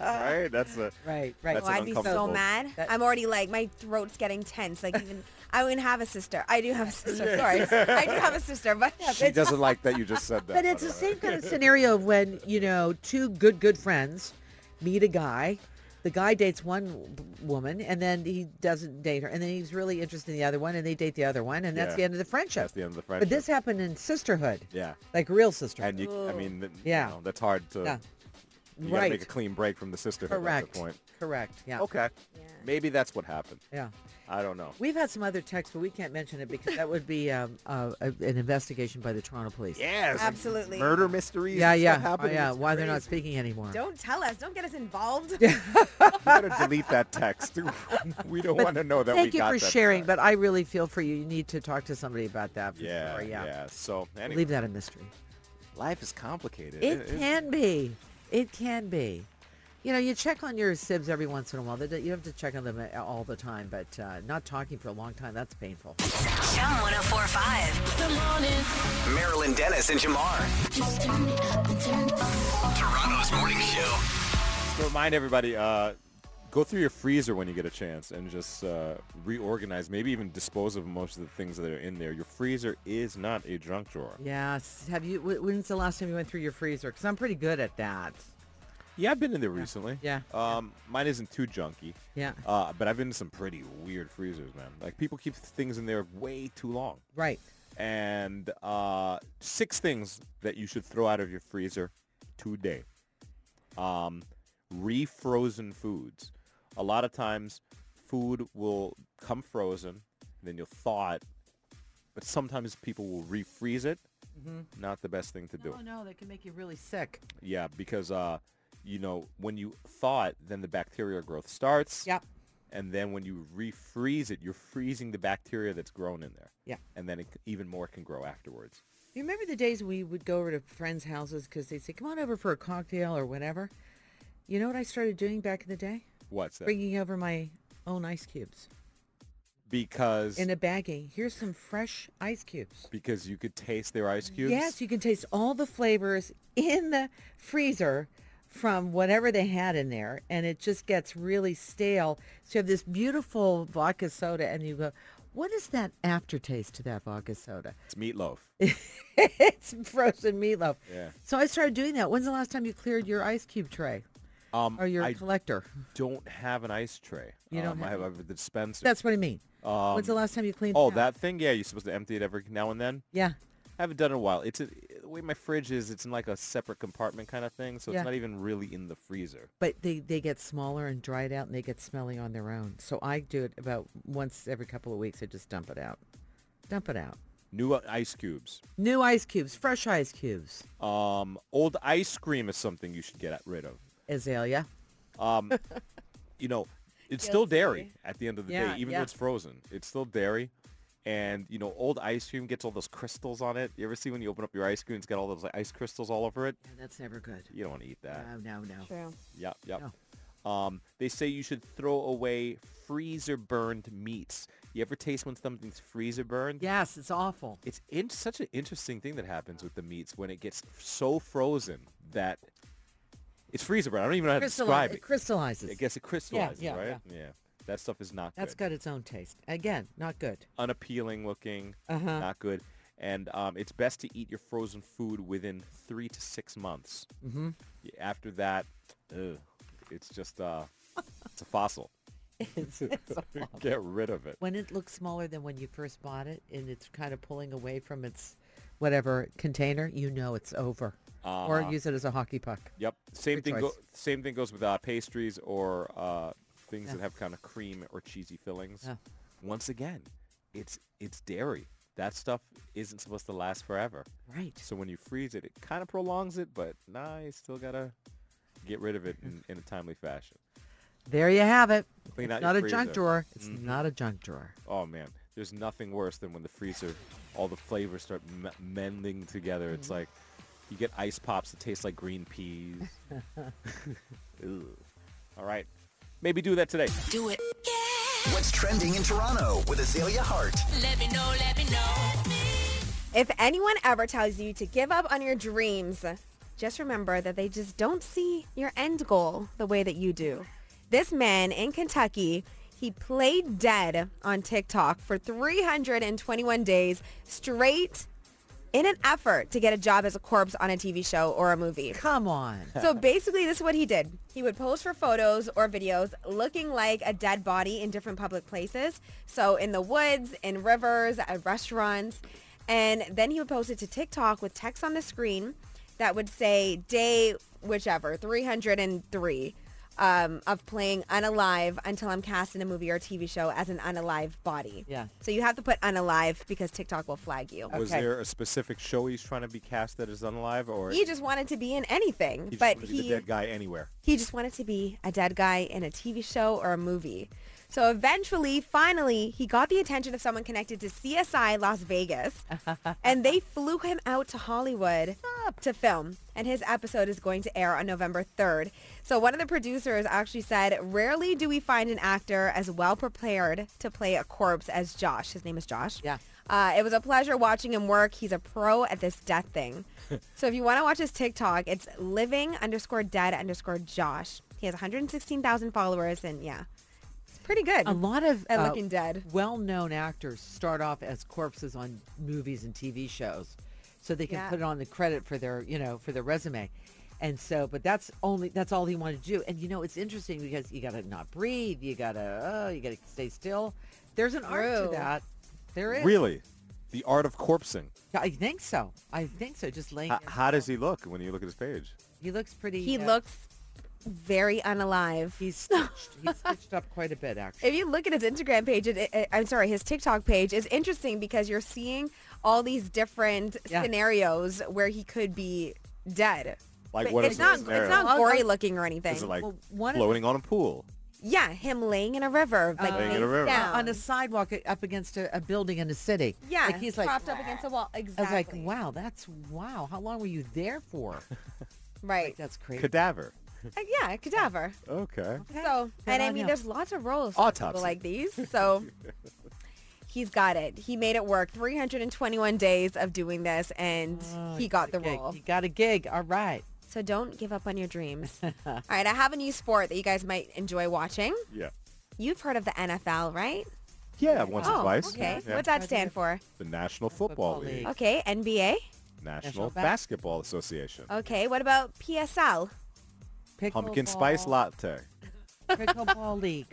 [SPEAKER 2] right, that's a
[SPEAKER 3] Right. Right.
[SPEAKER 2] That's
[SPEAKER 7] Oh,
[SPEAKER 2] an
[SPEAKER 7] I'd be so
[SPEAKER 2] uncomfortable-
[SPEAKER 7] mad.
[SPEAKER 3] That-
[SPEAKER 7] I'm already like my throat's getting tense. Like even I don't even have a sister. I do have a sister. Sorry, I do have a sister, but
[SPEAKER 2] she doesn't like that you just said that.
[SPEAKER 3] But
[SPEAKER 2] by
[SPEAKER 3] it's
[SPEAKER 2] the
[SPEAKER 3] the
[SPEAKER 2] way.
[SPEAKER 3] same kind of scenario of when, you know, two good, good friends meet a guy. The guy dates one w- woman and then he doesn't date her. And then he's really interested in the other one and they date the other one. And that's
[SPEAKER 2] Yeah.
[SPEAKER 3] the end of the friendship.
[SPEAKER 2] That's the end of the
[SPEAKER 3] But
[SPEAKER 2] friendship.
[SPEAKER 3] this happened in sisterhood,
[SPEAKER 2] yeah.
[SPEAKER 3] like real sisterhood.
[SPEAKER 2] And you, I mean, th- you
[SPEAKER 3] Yeah.
[SPEAKER 2] know, that's hard to.
[SPEAKER 3] Yeah.
[SPEAKER 2] You gotta
[SPEAKER 3] right.
[SPEAKER 2] make a clean break from the sisterhood at
[SPEAKER 3] Correct.
[SPEAKER 2] that point.
[SPEAKER 3] Correct. Yeah.
[SPEAKER 2] Okay.
[SPEAKER 7] Yeah.
[SPEAKER 2] Maybe that's what happened.
[SPEAKER 3] Yeah.
[SPEAKER 2] I don't know.
[SPEAKER 3] We've had some other texts, but we can't mention it because that would be um, uh, a- an investigation by the Toronto police.
[SPEAKER 2] Yes. and
[SPEAKER 7] Absolutely.
[SPEAKER 2] Murder mysteries.
[SPEAKER 3] Yeah,
[SPEAKER 2] and
[SPEAKER 3] yeah,
[SPEAKER 2] stuff
[SPEAKER 3] Oh,
[SPEAKER 2] happening.
[SPEAKER 3] yeah.
[SPEAKER 2] It's
[SPEAKER 3] Why they're not
[SPEAKER 2] crazy.
[SPEAKER 3] speaking anymore?
[SPEAKER 7] don't tell us. Don't get us involved.
[SPEAKER 2] You better delete that text. we don't want to know that
[SPEAKER 3] Thank
[SPEAKER 2] we
[SPEAKER 3] you
[SPEAKER 2] got
[SPEAKER 3] for
[SPEAKER 2] that
[SPEAKER 3] sharing,
[SPEAKER 2] text.
[SPEAKER 3] but I really feel for you. You need to talk to somebody about that. For
[SPEAKER 2] yeah,
[SPEAKER 3] sure.
[SPEAKER 2] yeah, So anyway,
[SPEAKER 3] Leave that a mystery.
[SPEAKER 2] life is complicated.
[SPEAKER 3] It
[SPEAKER 2] is-
[SPEAKER 3] can be. It can be. You know, you check on your sibs every once in a while. They don't- You have to check on them a- all the time, but uh, not talking for a long time, that's painful.
[SPEAKER 1] Chum 1045.
[SPEAKER 6] The morning.
[SPEAKER 4] Marilyn Dennis and Jamar.
[SPEAKER 6] Just turn it up and turn it up.
[SPEAKER 4] Toronto's morning show.
[SPEAKER 2] So remind everybody, uh, go through your freezer when you get a chance and just uh, reorganize, maybe even dispose of most of the things that are in there. Your freezer is not a junk drawer.
[SPEAKER 3] Yes. Have you? wh- When's the last time you went through your freezer? Because I'm pretty good at that.
[SPEAKER 2] Yeah, I've been in there recently.
[SPEAKER 3] Yeah.
[SPEAKER 2] Um, mine isn't too junky.
[SPEAKER 3] Yeah.
[SPEAKER 2] Uh, but I've been in some pretty weird freezers, man. Like people keep things in there way too long.
[SPEAKER 3] Right.
[SPEAKER 2] And uh, six things that you should throw out of your freezer today. Um, refrozen foods. A lot of times, food will come frozen, and then you'll thaw it. But sometimes people will refreeze it.
[SPEAKER 3] Mm-hmm.
[SPEAKER 2] Not the best thing to do.
[SPEAKER 3] Oh no, that can make you really sick.
[SPEAKER 2] Yeah, because uh, you know, when you thaw it, then the bacterial growth starts.
[SPEAKER 3] Yep.
[SPEAKER 2] And then when you refreeze it, you're freezing the bacteria that's grown in there.
[SPEAKER 3] Yeah.
[SPEAKER 2] And then it, c- even more can grow afterwards.
[SPEAKER 3] You remember the days we would go over to friends' houses because they'd say, "Come on over for a cocktail or whatever." You know what I started doing back in the day?
[SPEAKER 2] What's that?
[SPEAKER 3] Bringing over my own ice cubes
[SPEAKER 2] Because
[SPEAKER 3] in a baggie. Here's some fresh ice cubes.
[SPEAKER 2] because you could taste their ice cubes.
[SPEAKER 3] Yes, you can taste all the flavors in the freezer from whatever they had in there, and it just gets really stale. So you have this beautiful vodka soda, and you go, what is that aftertaste to that vodka soda?
[SPEAKER 2] It's meatloaf.
[SPEAKER 3] it's frozen meatloaf.
[SPEAKER 2] Yeah.
[SPEAKER 3] So I started doing that. When's the last time you cleared your ice cube tray
[SPEAKER 2] Um,
[SPEAKER 3] or your
[SPEAKER 2] I
[SPEAKER 3] collector?
[SPEAKER 2] don't have an ice tray.
[SPEAKER 3] You don't
[SPEAKER 2] Um, I have,
[SPEAKER 3] have
[SPEAKER 2] I have a dispenser.
[SPEAKER 3] That's what I mean. When's the last time you cleaned? it
[SPEAKER 2] oh,
[SPEAKER 3] out?
[SPEAKER 2] that thing. Yeah, you're supposed to empty it every now and then.
[SPEAKER 3] Yeah.
[SPEAKER 2] I haven't done it in a while. It's a, the way my fridge is. It's in like a separate compartment kind of thing, so
[SPEAKER 3] Yeah.
[SPEAKER 2] it's not even really in the freezer.
[SPEAKER 3] But they, they get smaller and dried out and they get smelly on their own. So I do it about once every couple of weeks. I just dump it out. Dump it out.
[SPEAKER 2] New uh, ice cubes.
[SPEAKER 3] New ice cubes, fresh ice cubes.
[SPEAKER 2] Um, old ice cream is something you should get rid of.
[SPEAKER 3] Azalea.
[SPEAKER 2] You know, it's still dairy at the end of the
[SPEAKER 3] Yeah,
[SPEAKER 2] day, even
[SPEAKER 3] yeah.
[SPEAKER 2] though it's frozen. It's still dairy. And, you know, old ice cream gets all those crystals on it. You ever see when you open up your ice cream, it's got all those like, ice crystals all over it?
[SPEAKER 3] Yeah, that's never good.
[SPEAKER 2] You don't want to eat that.
[SPEAKER 3] No, no, no.
[SPEAKER 7] True.
[SPEAKER 2] Yep, yep. Um, they say you should throw away freezer burned meats. You ever taste when something's freezer burned?
[SPEAKER 3] Yes, it's awful.
[SPEAKER 2] It's in- such an interesting thing that happens with the meats when it gets so frozen that it's freezer burned. I don't even know how to describe
[SPEAKER 3] Crystallize,
[SPEAKER 2] it.
[SPEAKER 3] it crystallizes.
[SPEAKER 2] I guess it crystallizes,
[SPEAKER 3] yeah,
[SPEAKER 2] right? Yeah. That stuff is not
[SPEAKER 3] That's
[SPEAKER 2] good.
[SPEAKER 3] got its own taste. Again, not good.
[SPEAKER 2] Unappealing looking,
[SPEAKER 3] Uh-huh.
[SPEAKER 2] not good. And um, it's best to eat your frozen food within three to six months. Mm-hmm. After that, ugh, it's just uh, it's a fossil.
[SPEAKER 3] It's, it's awful.
[SPEAKER 2] Get rid of it.
[SPEAKER 3] When it looks smaller than when you first bought it and it's kind of pulling away from its whatever container, you know it's over. Or
[SPEAKER 2] Uh-huh.
[SPEAKER 3] use it as a hockey puck.
[SPEAKER 2] Yep. Same
[SPEAKER 3] Good
[SPEAKER 2] thing. Go-
[SPEAKER 3] choice.
[SPEAKER 2] same thing goes with uh, pastries or uh, things that have kind of cream or cheesy fillings.
[SPEAKER 3] Yeah.
[SPEAKER 2] Once again, it's it's dairy. That stuff isn't supposed to last forever.
[SPEAKER 3] Right.
[SPEAKER 2] So when you freeze it, it kind of prolongs it, but nah, you still gotta get rid of it in, in a timely fashion.
[SPEAKER 3] There you have it.
[SPEAKER 2] Clean
[SPEAKER 3] it's
[SPEAKER 2] out your
[SPEAKER 3] not a junk
[SPEAKER 2] freezer. Mm-hmm.
[SPEAKER 3] drawer. It's not a junk drawer.
[SPEAKER 2] Oh man, there's nothing worse than when the freezer, all the flavors start m- mending together. It's
[SPEAKER 7] Mm-hmm.
[SPEAKER 2] like you get ice pops that taste like green peas. Ew. all right, maybe do that today.
[SPEAKER 6] Do it. Yeah.
[SPEAKER 4] What's trending in Toronto with Azalea Hart?
[SPEAKER 6] Let me know, let me know.
[SPEAKER 7] If anyone ever tells you to give up on your dreams, just remember that they just don't see your end goal the way that you do. This man in Kentucky, he played dead on TikTok for 321 days straight in an effort to get a job as a corpse on a TV show or a movie.
[SPEAKER 3] Come on.
[SPEAKER 7] So basically, this is what he did. He would pose for photos or videos looking like a dead body in different public places. So in the woods, in rivers, at restaurants. And then he would post it to TikTok with text on the screen that would say day whichever, 303 um, of playing unalive until I'm cast in a movie or TV show as an unalive body.
[SPEAKER 3] Yeah.
[SPEAKER 7] So you have to put unalive because TikTok will flag you.
[SPEAKER 2] Was
[SPEAKER 3] Okay.
[SPEAKER 2] there a specific show he's trying to be cast that is unalive, or
[SPEAKER 7] He just wanted to be in anything,
[SPEAKER 2] he just
[SPEAKER 7] but
[SPEAKER 2] wanted to
[SPEAKER 7] he
[SPEAKER 2] be the dead guy anywhere?
[SPEAKER 7] He just wanted to be a dead guy in a TV show or a movie. So eventually, finally, he got the attention of someone connected to CSI Las Vegas, and they flew him out to Hollywood to film. And his episode is going to air on November 3rd. So one of the producers actually said, rarely do we find an actor as well prepared to play a corpse as Josh. His name is Josh.
[SPEAKER 3] Yeah.
[SPEAKER 7] Uh, it was a pleasure watching him work. He's a pro at this death thing. so if you want to watch his TikTok, it's living underscore dead underscore Josh. He has 116,000 followers and yeah, it's pretty good.
[SPEAKER 3] A lot of uh,
[SPEAKER 7] And looking dead.
[SPEAKER 3] well-known actors start off as corpses on movies and TV shows, so they can
[SPEAKER 7] Yeah.
[SPEAKER 3] put it on the credit for their, you know, for their resume. And so, but that's only that's all he wanted to do. And you know, it's interesting because you got to not breathe, you got to, oh, you got to stay still. There's an art to
[SPEAKER 7] True.
[SPEAKER 3] that. There is.
[SPEAKER 2] Really, the art of corpsing.
[SPEAKER 3] I think so. I think so. Just laying.
[SPEAKER 2] H-
[SPEAKER 3] there.
[SPEAKER 2] how does he look when you look at his page?
[SPEAKER 3] He looks pretty.
[SPEAKER 7] he
[SPEAKER 3] uh,
[SPEAKER 7] looks very unalive.
[SPEAKER 3] He's stitched. he's stitched up quite a bit, actually.
[SPEAKER 7] if you look at his Instagram page, it, it- I'm sorry, his TikTok page is interesting because you're seeing all these different
[SPEAKER 3] Yeah.
[SPEAKER 7] scenarios where he could be dead.
[SPEAKER 2] Like
[SPEAKER 7] But
[SPEAKER 2] what
[SPEAKER 7] it's
[SPEAKER 2] is
[SPEAKER 7] not
[SPEAKER 2] the
[SPEAKER 7] it's
[SPEAKER 2] scenario?
[SPEAKER 7] not gory looking or anything.
[SPEAKER 2] Is it like
[SPEAKER 3] Well, one of the-
[SPEAKER 2] floating on a pool?
[SPEAKER 7] yeah, him laying in a river, like
[SPEAKER 2] Laying in a
[SPEAKER 7] face
[SPEAKER 2] river.
[SPEAKER 7] down.
[SPEAKER 3] Uh, on a sidewalk uh, up against a, a building in a city.
[SPEAKER 7] Yeah,
[SPEAKER 3] like he's like
[SPEAKER 7] propped up against the wall.
[SPEAKER 3] I was
[SPEAKER 7] Exactly.
[SPEAKER 3] like, wow, that's wow. How long were you there for?
[SPEAKER 7] Right.
[SPEAKER 3] That's crazy.
[SPEAKER 2] Cadaver.
[SPEAKER 7] Like, yeah, a cadaver.
[SPEAKER 2] Okay.
[SPEAKER 7] So, and I
[SPEAKER 3] on
[SPEAKER 7] mean,
[SPEAKER 3] you.
[SPEAKER 7] there's lots of roles for people
[SPEAKER 2] Autopsy.
[SPEAKER 7] like these. So he's got it. He made it work. 321 days of doing this, and
[SPEAKER 3] Oh,
[SPEAKER 7] he Oh, got the
[SPEAKER 3] Gig.
[SPEAKER 7] role.
[SPEAKER 3] You got a gig. All right.
[SPEAKER 7] So don't give up on your dreams. All right, I have a new sport that you guys might enjoy watching.
[SPEAKER 2] Yeah.
[SPEAKER 7] You've heard of the NFL, right?
[SPEAKER 2] Yeah, once or
[SPEAKER 7] oh,
[SPEAKER 2] twice.
[SPEAKER 7] okay.
[SPEAKER 2] Yeah.
[SPEAKER 7] What's that stand for?
[SPEAKER 2] The National Football,
[SPEAKER 3] Football
[SPEAKER 2] League,
[SPEAKER 3] League.
[SPEAKER 7] Okay, NBA.
[SPEAKER 2] National,
[SPEAKER 3] National Bas- Oh,
[SPEAKER 2] Basketball Association,
[SPEAKER 7] Okay, what about PSL?
[SPEAKER 2] Pumpkin Spice
[SPEAKER 3] Pickleball-
[SPEAKER 2] Latte.
[SPEAKER 3] Pickleball League.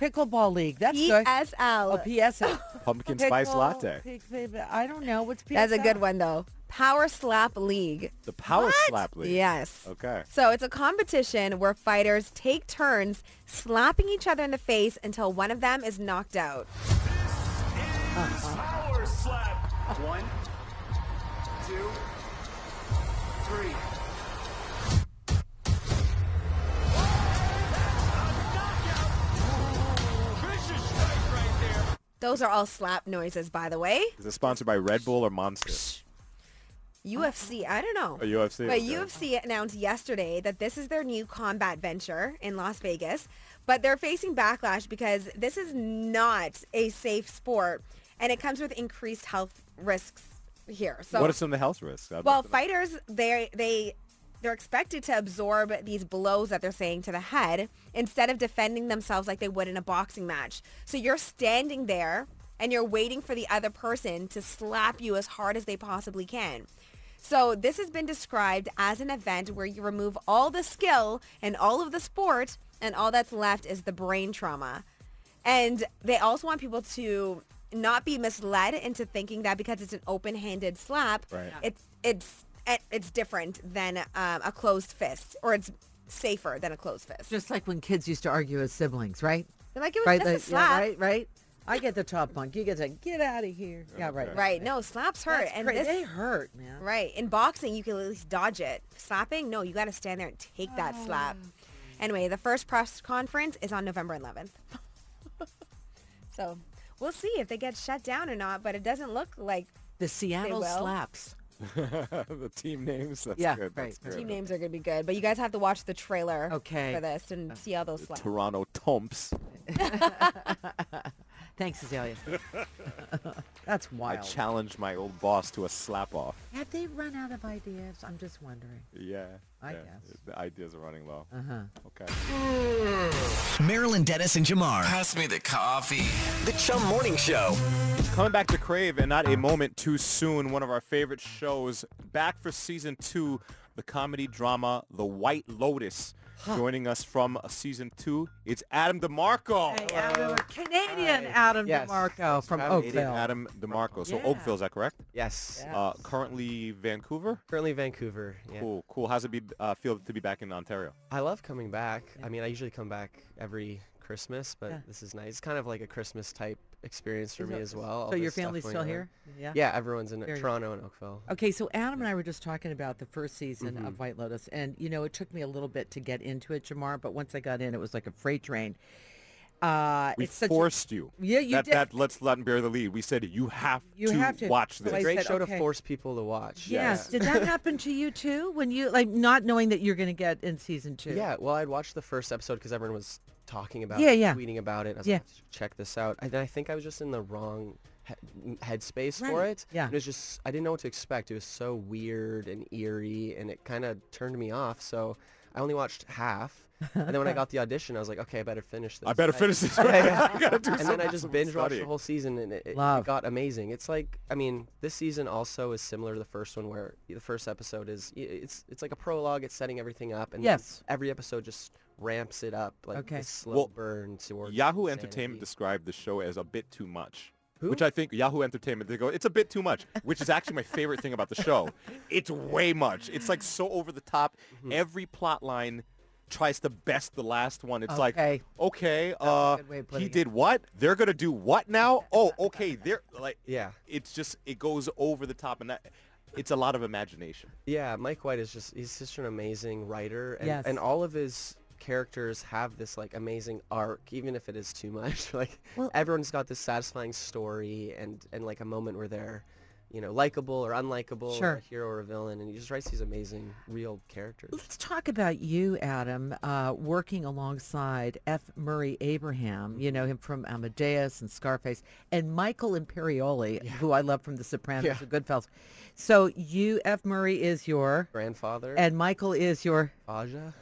[SPEAKER 3] Pickleball League. That's good.
[SPEAKER 7] PSL.
[SPEAKER 3] Oh, PSL.
[SPEAKER 2] Pumpkin Spice
[SPEAKER 3] Pickle-
[SPEAKER 2] Latte.
[SPEAKER 3] pick- pick- I don't know. What's PSL?
[SPEAKER 7] That's a good one though. Power Slap League.
[SPEAKER 2] The Power Slap League.
[SPEAKER 7] Yes.
[SPEAKER 2] Okay.
[SPEAKER 7] So it's a competition where fighters take turns slapping each other in the face until one of them is knocked out.
[SPEAKER 8] Power slap. One, two, three.
[SPEAKER 7] Those are all slap noises, by the way.
[SPEAKER 2] Is it sponsored by Red Bull or Monster?
[SPEAKER 7] UFC, I don't know.
[SPEAKER 2] Or UFC?
[SPEAKER 7] But
[SPEAKER 2] Okay.
[SPEAKER 7] UFC announced yesterday that this is their new combat venture in Las Vegas, but they're facing backlash because this is not a safe sport and it comes with increased health risks here. So
[SPEAKER 2] what are some of the health risks? I'd
[SPEAKER 7] well,
[SPEAKER 2] love to know.
[SPEAKER 7] fighters they they they're expected to absorb these blows that they're saying to the head instead of defending themselves like they would in a boxing match. So you're standing there and you're waiting for the other person to slap you as hard as they possibly can. So this has been described as an event where you remove all the skill and all of the sport and all that's left is the brain trauma. And they also want people to not be misled into thinking that because it's an open-handed slap,
[SPEAKER 2] Right.
[SPEAKER 7] it's it's it- it's different than um, a closed fist, or it's safer than a closed fist.
[SPEAKER 3] Just like when kids used to argue as siblings, right?
[SPEAKER 7] They're like it was
[SPEAKER 3] right,
[SPEAKER 7] just a
[SPEAKER 3] like- yeah,
[SPEAKER 7] slap, right?
[SPEAKER 3] right, right. I get the top bunk. You get to get out of here. Yeah, right.
[SPEAKER 7] No, slaps hurt,
[SPEAKER 3] That's
[SPEAKER 7] and
[SPEAKER 3] cra-
[SPEAKER 7] this
[SPEAKER 3] they hurt, man.
[SPEAKER 7] right in boxing you can at least dodge it. Slapping, no, you got to stand there and take that slap. Anyway, the first press conference is on November 11th, so we'll see if they get shut down or not. But it doesn't look like
[SPEAKER 3] The Seattle
[SPEAKER 7] will.
[SPEAKER 3] slaps.
[SPEAKER 2] the team names. That's
[SPEAKER 3] Yeah,
[SPEAKER 2] good. That's
[SPEAKER 3] right.
[SPEAKER 2] good.
[SPEAKER 7] team names are going to be good. But you guys have to watch the trailer
[SPEAKER 3] Okay.
[SPEAKER 7] for this and see all those slaps.
[SPEAKER 2] Toronto Tomps.
[SPEAKER 3] Thanks, Azalea. That's
[SPEAKER 2] I
[SPEAKER 3] wild.
[SPEAKER 2] challenged my old boss to a slap off.
[SPEAKER 3] Have they run out of ideas? I'm just wondering.
[SPEAKER 2] Yeah.
[SPEAKER 3] I
[SPEAKER 2] yeah.
[SPEAKER 3] guess. Uh-huh.
[SPEAKER 2] The ideas are running low. Okay.
[SPEAKER 4] Marilyn Dennis and Jamar.
[SPEAKER 8] Pass me the coffee.
[SPEAKER 4] The Chum Morning Show.
[SPEAKER 2] Coming back to Crave and not a moment too soon, one of our favorite shows, back for season two, the comedy drama The White Lotus. Joining us from season two, it's Adam DeMarco.
[SPEAKER 3] Adam, Canadian Adam
[SPEAKER 9] Yes.
[SPEAKER 3] DeMarco from
[SPEAKER 9] having me.
[SPEAKER 2] Canadian
[SPEAKER 3] Oakville.
[SPEAKER 2] Adam DeMarco. So
[SPEAKER 3] Yeah.
[SPEAKER 2] Oakville, is that correct?
[SPEAKER 9] Yes.
[SPEAKER 3] Yeah.
[SPEAKER 2] Uh, currently Vancouver.
[SPEAKER 9] Currently Vancouver. Yeah.
[SPEAKER 2] Cool, cool. How's it be, uh, feel to be back in Ontario?
[SPEAKER 9] I love coming back. I mean, I usually come back every Christmas, but
[SPEAKER 3] Yeah.
[SPEAKER 9] this is nice. It's kind of like a Christmas type experience for
[SPEAKER 3] Is
[SPEAKER 9] me
[SPEAKER 3] it-
[SPEAKER 9] as well. all
[SPEAKER 3] So your
[SPEAKER 9] this stuff
[SPEAKER 3] family's
[SPEAKER 9] going
[SPEAKER 3] still
[SPEAKER 9] on.
[SPEAKER 3] here?
[SPEAKER 9] Yeah, everyone's in
[SPEAKER 3] Very- Oh,
[SPEAKER 9] Toronto and Oakville.
[SPEAKER 3] Okay, so Adam and I were just talking about the first season
[SPEAKER 2] Mm-hmm.
[SPEAKER 3] of White Lotus, and you know, it took me a little bit to get into it, Jamar. But once I got in, it was like a freight train. Uh,
[SPEAKER 2] We
[SPEAKER 3] it's such a-
[SPEAKER 2] forced you.
[SPEAKER 3] Yeah, you
[SPEAKER 2] that,
[SPEAKER 3] did.
[SPEAKER 2] That let's let him bear the lead. We said you have,
[SPEAKER 3] You
[SPEAKER 2] to,
[SPEAKER 3] have to.
[SPEAKER 2] watch
[SPEAKER 3] So
[SPEAKER 2] this.
[SPEAKER 3] I
[SPEAKER 9] Great
[SPEAKER 3] said,
[SPEAKER 9] show
[SPEAKER 3] okay.
[SPEAKER 9] to force people to watch.
[SPEAKER 3] yes. Did that happen to you too? When you like not knowing that you're going to get in season two?
[SPEAKER 9] Yeah, well, I'd watched the first episode because everyone was talking about
[SPEAKER 3] Yeah,
[SPEAKER 9] it,
[SPEAKER 3] yeah.
[SPEAKER 9] tweeting about it. I was
[SPEAKER 3] Yeah.
[SPEAKER 9] like, "Let's check this out. And then I think I was just in the wrong he- mm, headspace for
[SPEAKER 3] Right,
[SPEAKER 9] it.
[SPEAKER 3] yeah.
[SPEAKER 9] And it was just, I didn't know what to expect. It was so weird and eerie, and it kind of turned me off. So I only watched half. And then when I got the audition, I was like, okay, I better finish this.
[SPEAKER 2] I better
[SPEAKER 9] And
[SPEAKER 2] finish this. I gotta do
[SPEAKER 9] and then I just binge watched
[SPEAKER 2] studying.
[SPEAKER 9] the whole season, and it, it,
[SPEAKER 3] Love.
[SPEAKER 9] it got amazing. It's like, I mean, this season also is similar to the first one, where the first episode is i- it's it's like a prologue. It's setting everything up, and then
[SPEAKER 3] Yes.
[SPEAKER 9] every episode just ramps it up like
[SPEAKER 3] Okay.
[SPEAKER 9] a slow
[SPEAKER 2] Well,
[SPEAKER 9] burn towards
[SPEAKER 2] Yahoo
[SPEAKER 9] insanity.
[SPEAKER 2] Entertainment described the show as a bit too much.
[SPEAKER 9] Who?
[SPEAKER 2] Which I think Yahoo Entertainment, they go, it's a bit too much, which is actually my favorite thing about the show. It's way much. It's like so over the top. Every plot line tries to best the last one. It's like,
[SPEAKER 3] Okay.
[SPEAKER 2] okay, uh,
[SPEAKER 3] good way of putting
[SPEAKER 2] he
[SPEAKER 3] it.
[SPEAKER 2] did what? They're going to do what now? Oh, okay. They're like,
[SPEAKER 9] Yeah.
[SPEAKER 2] it's just, it goes over the top. And that, it's a lot of imagination.
[SPEAKER 9] Yeah, Mike White is just he's such an amazing writer and,
[SPEAKER 3] Yes.
[SPEAKER 9] and all of his characters have this like amazing arc even if it is too much like everyone's got this satisfying story and and like a moment where they're you know, likable or unlikable, or
[SPEAKER 3] Sure.
[SPEAKER 9] a hero or a villain, and he just writes these amazing real characters.
[SPEAKER 3] Let's talk about you, Adam, uh, working alongside F. Murray Abraham. You know
[SPEAKER 9] Mm-hmm.
[SPEAKER 3] him from Amadeus and Scarface, and Michael Imperioli, who I love from The Sopranos
[SPEAKER 9] Yeah.
[SPEAKER 3] and Goodfellas. So you, F. Murray, is your,
[SPEAKER 9] Grandfather,
[SPEAKER 3] and Michael is your,
[SPEAKER 9] Aja.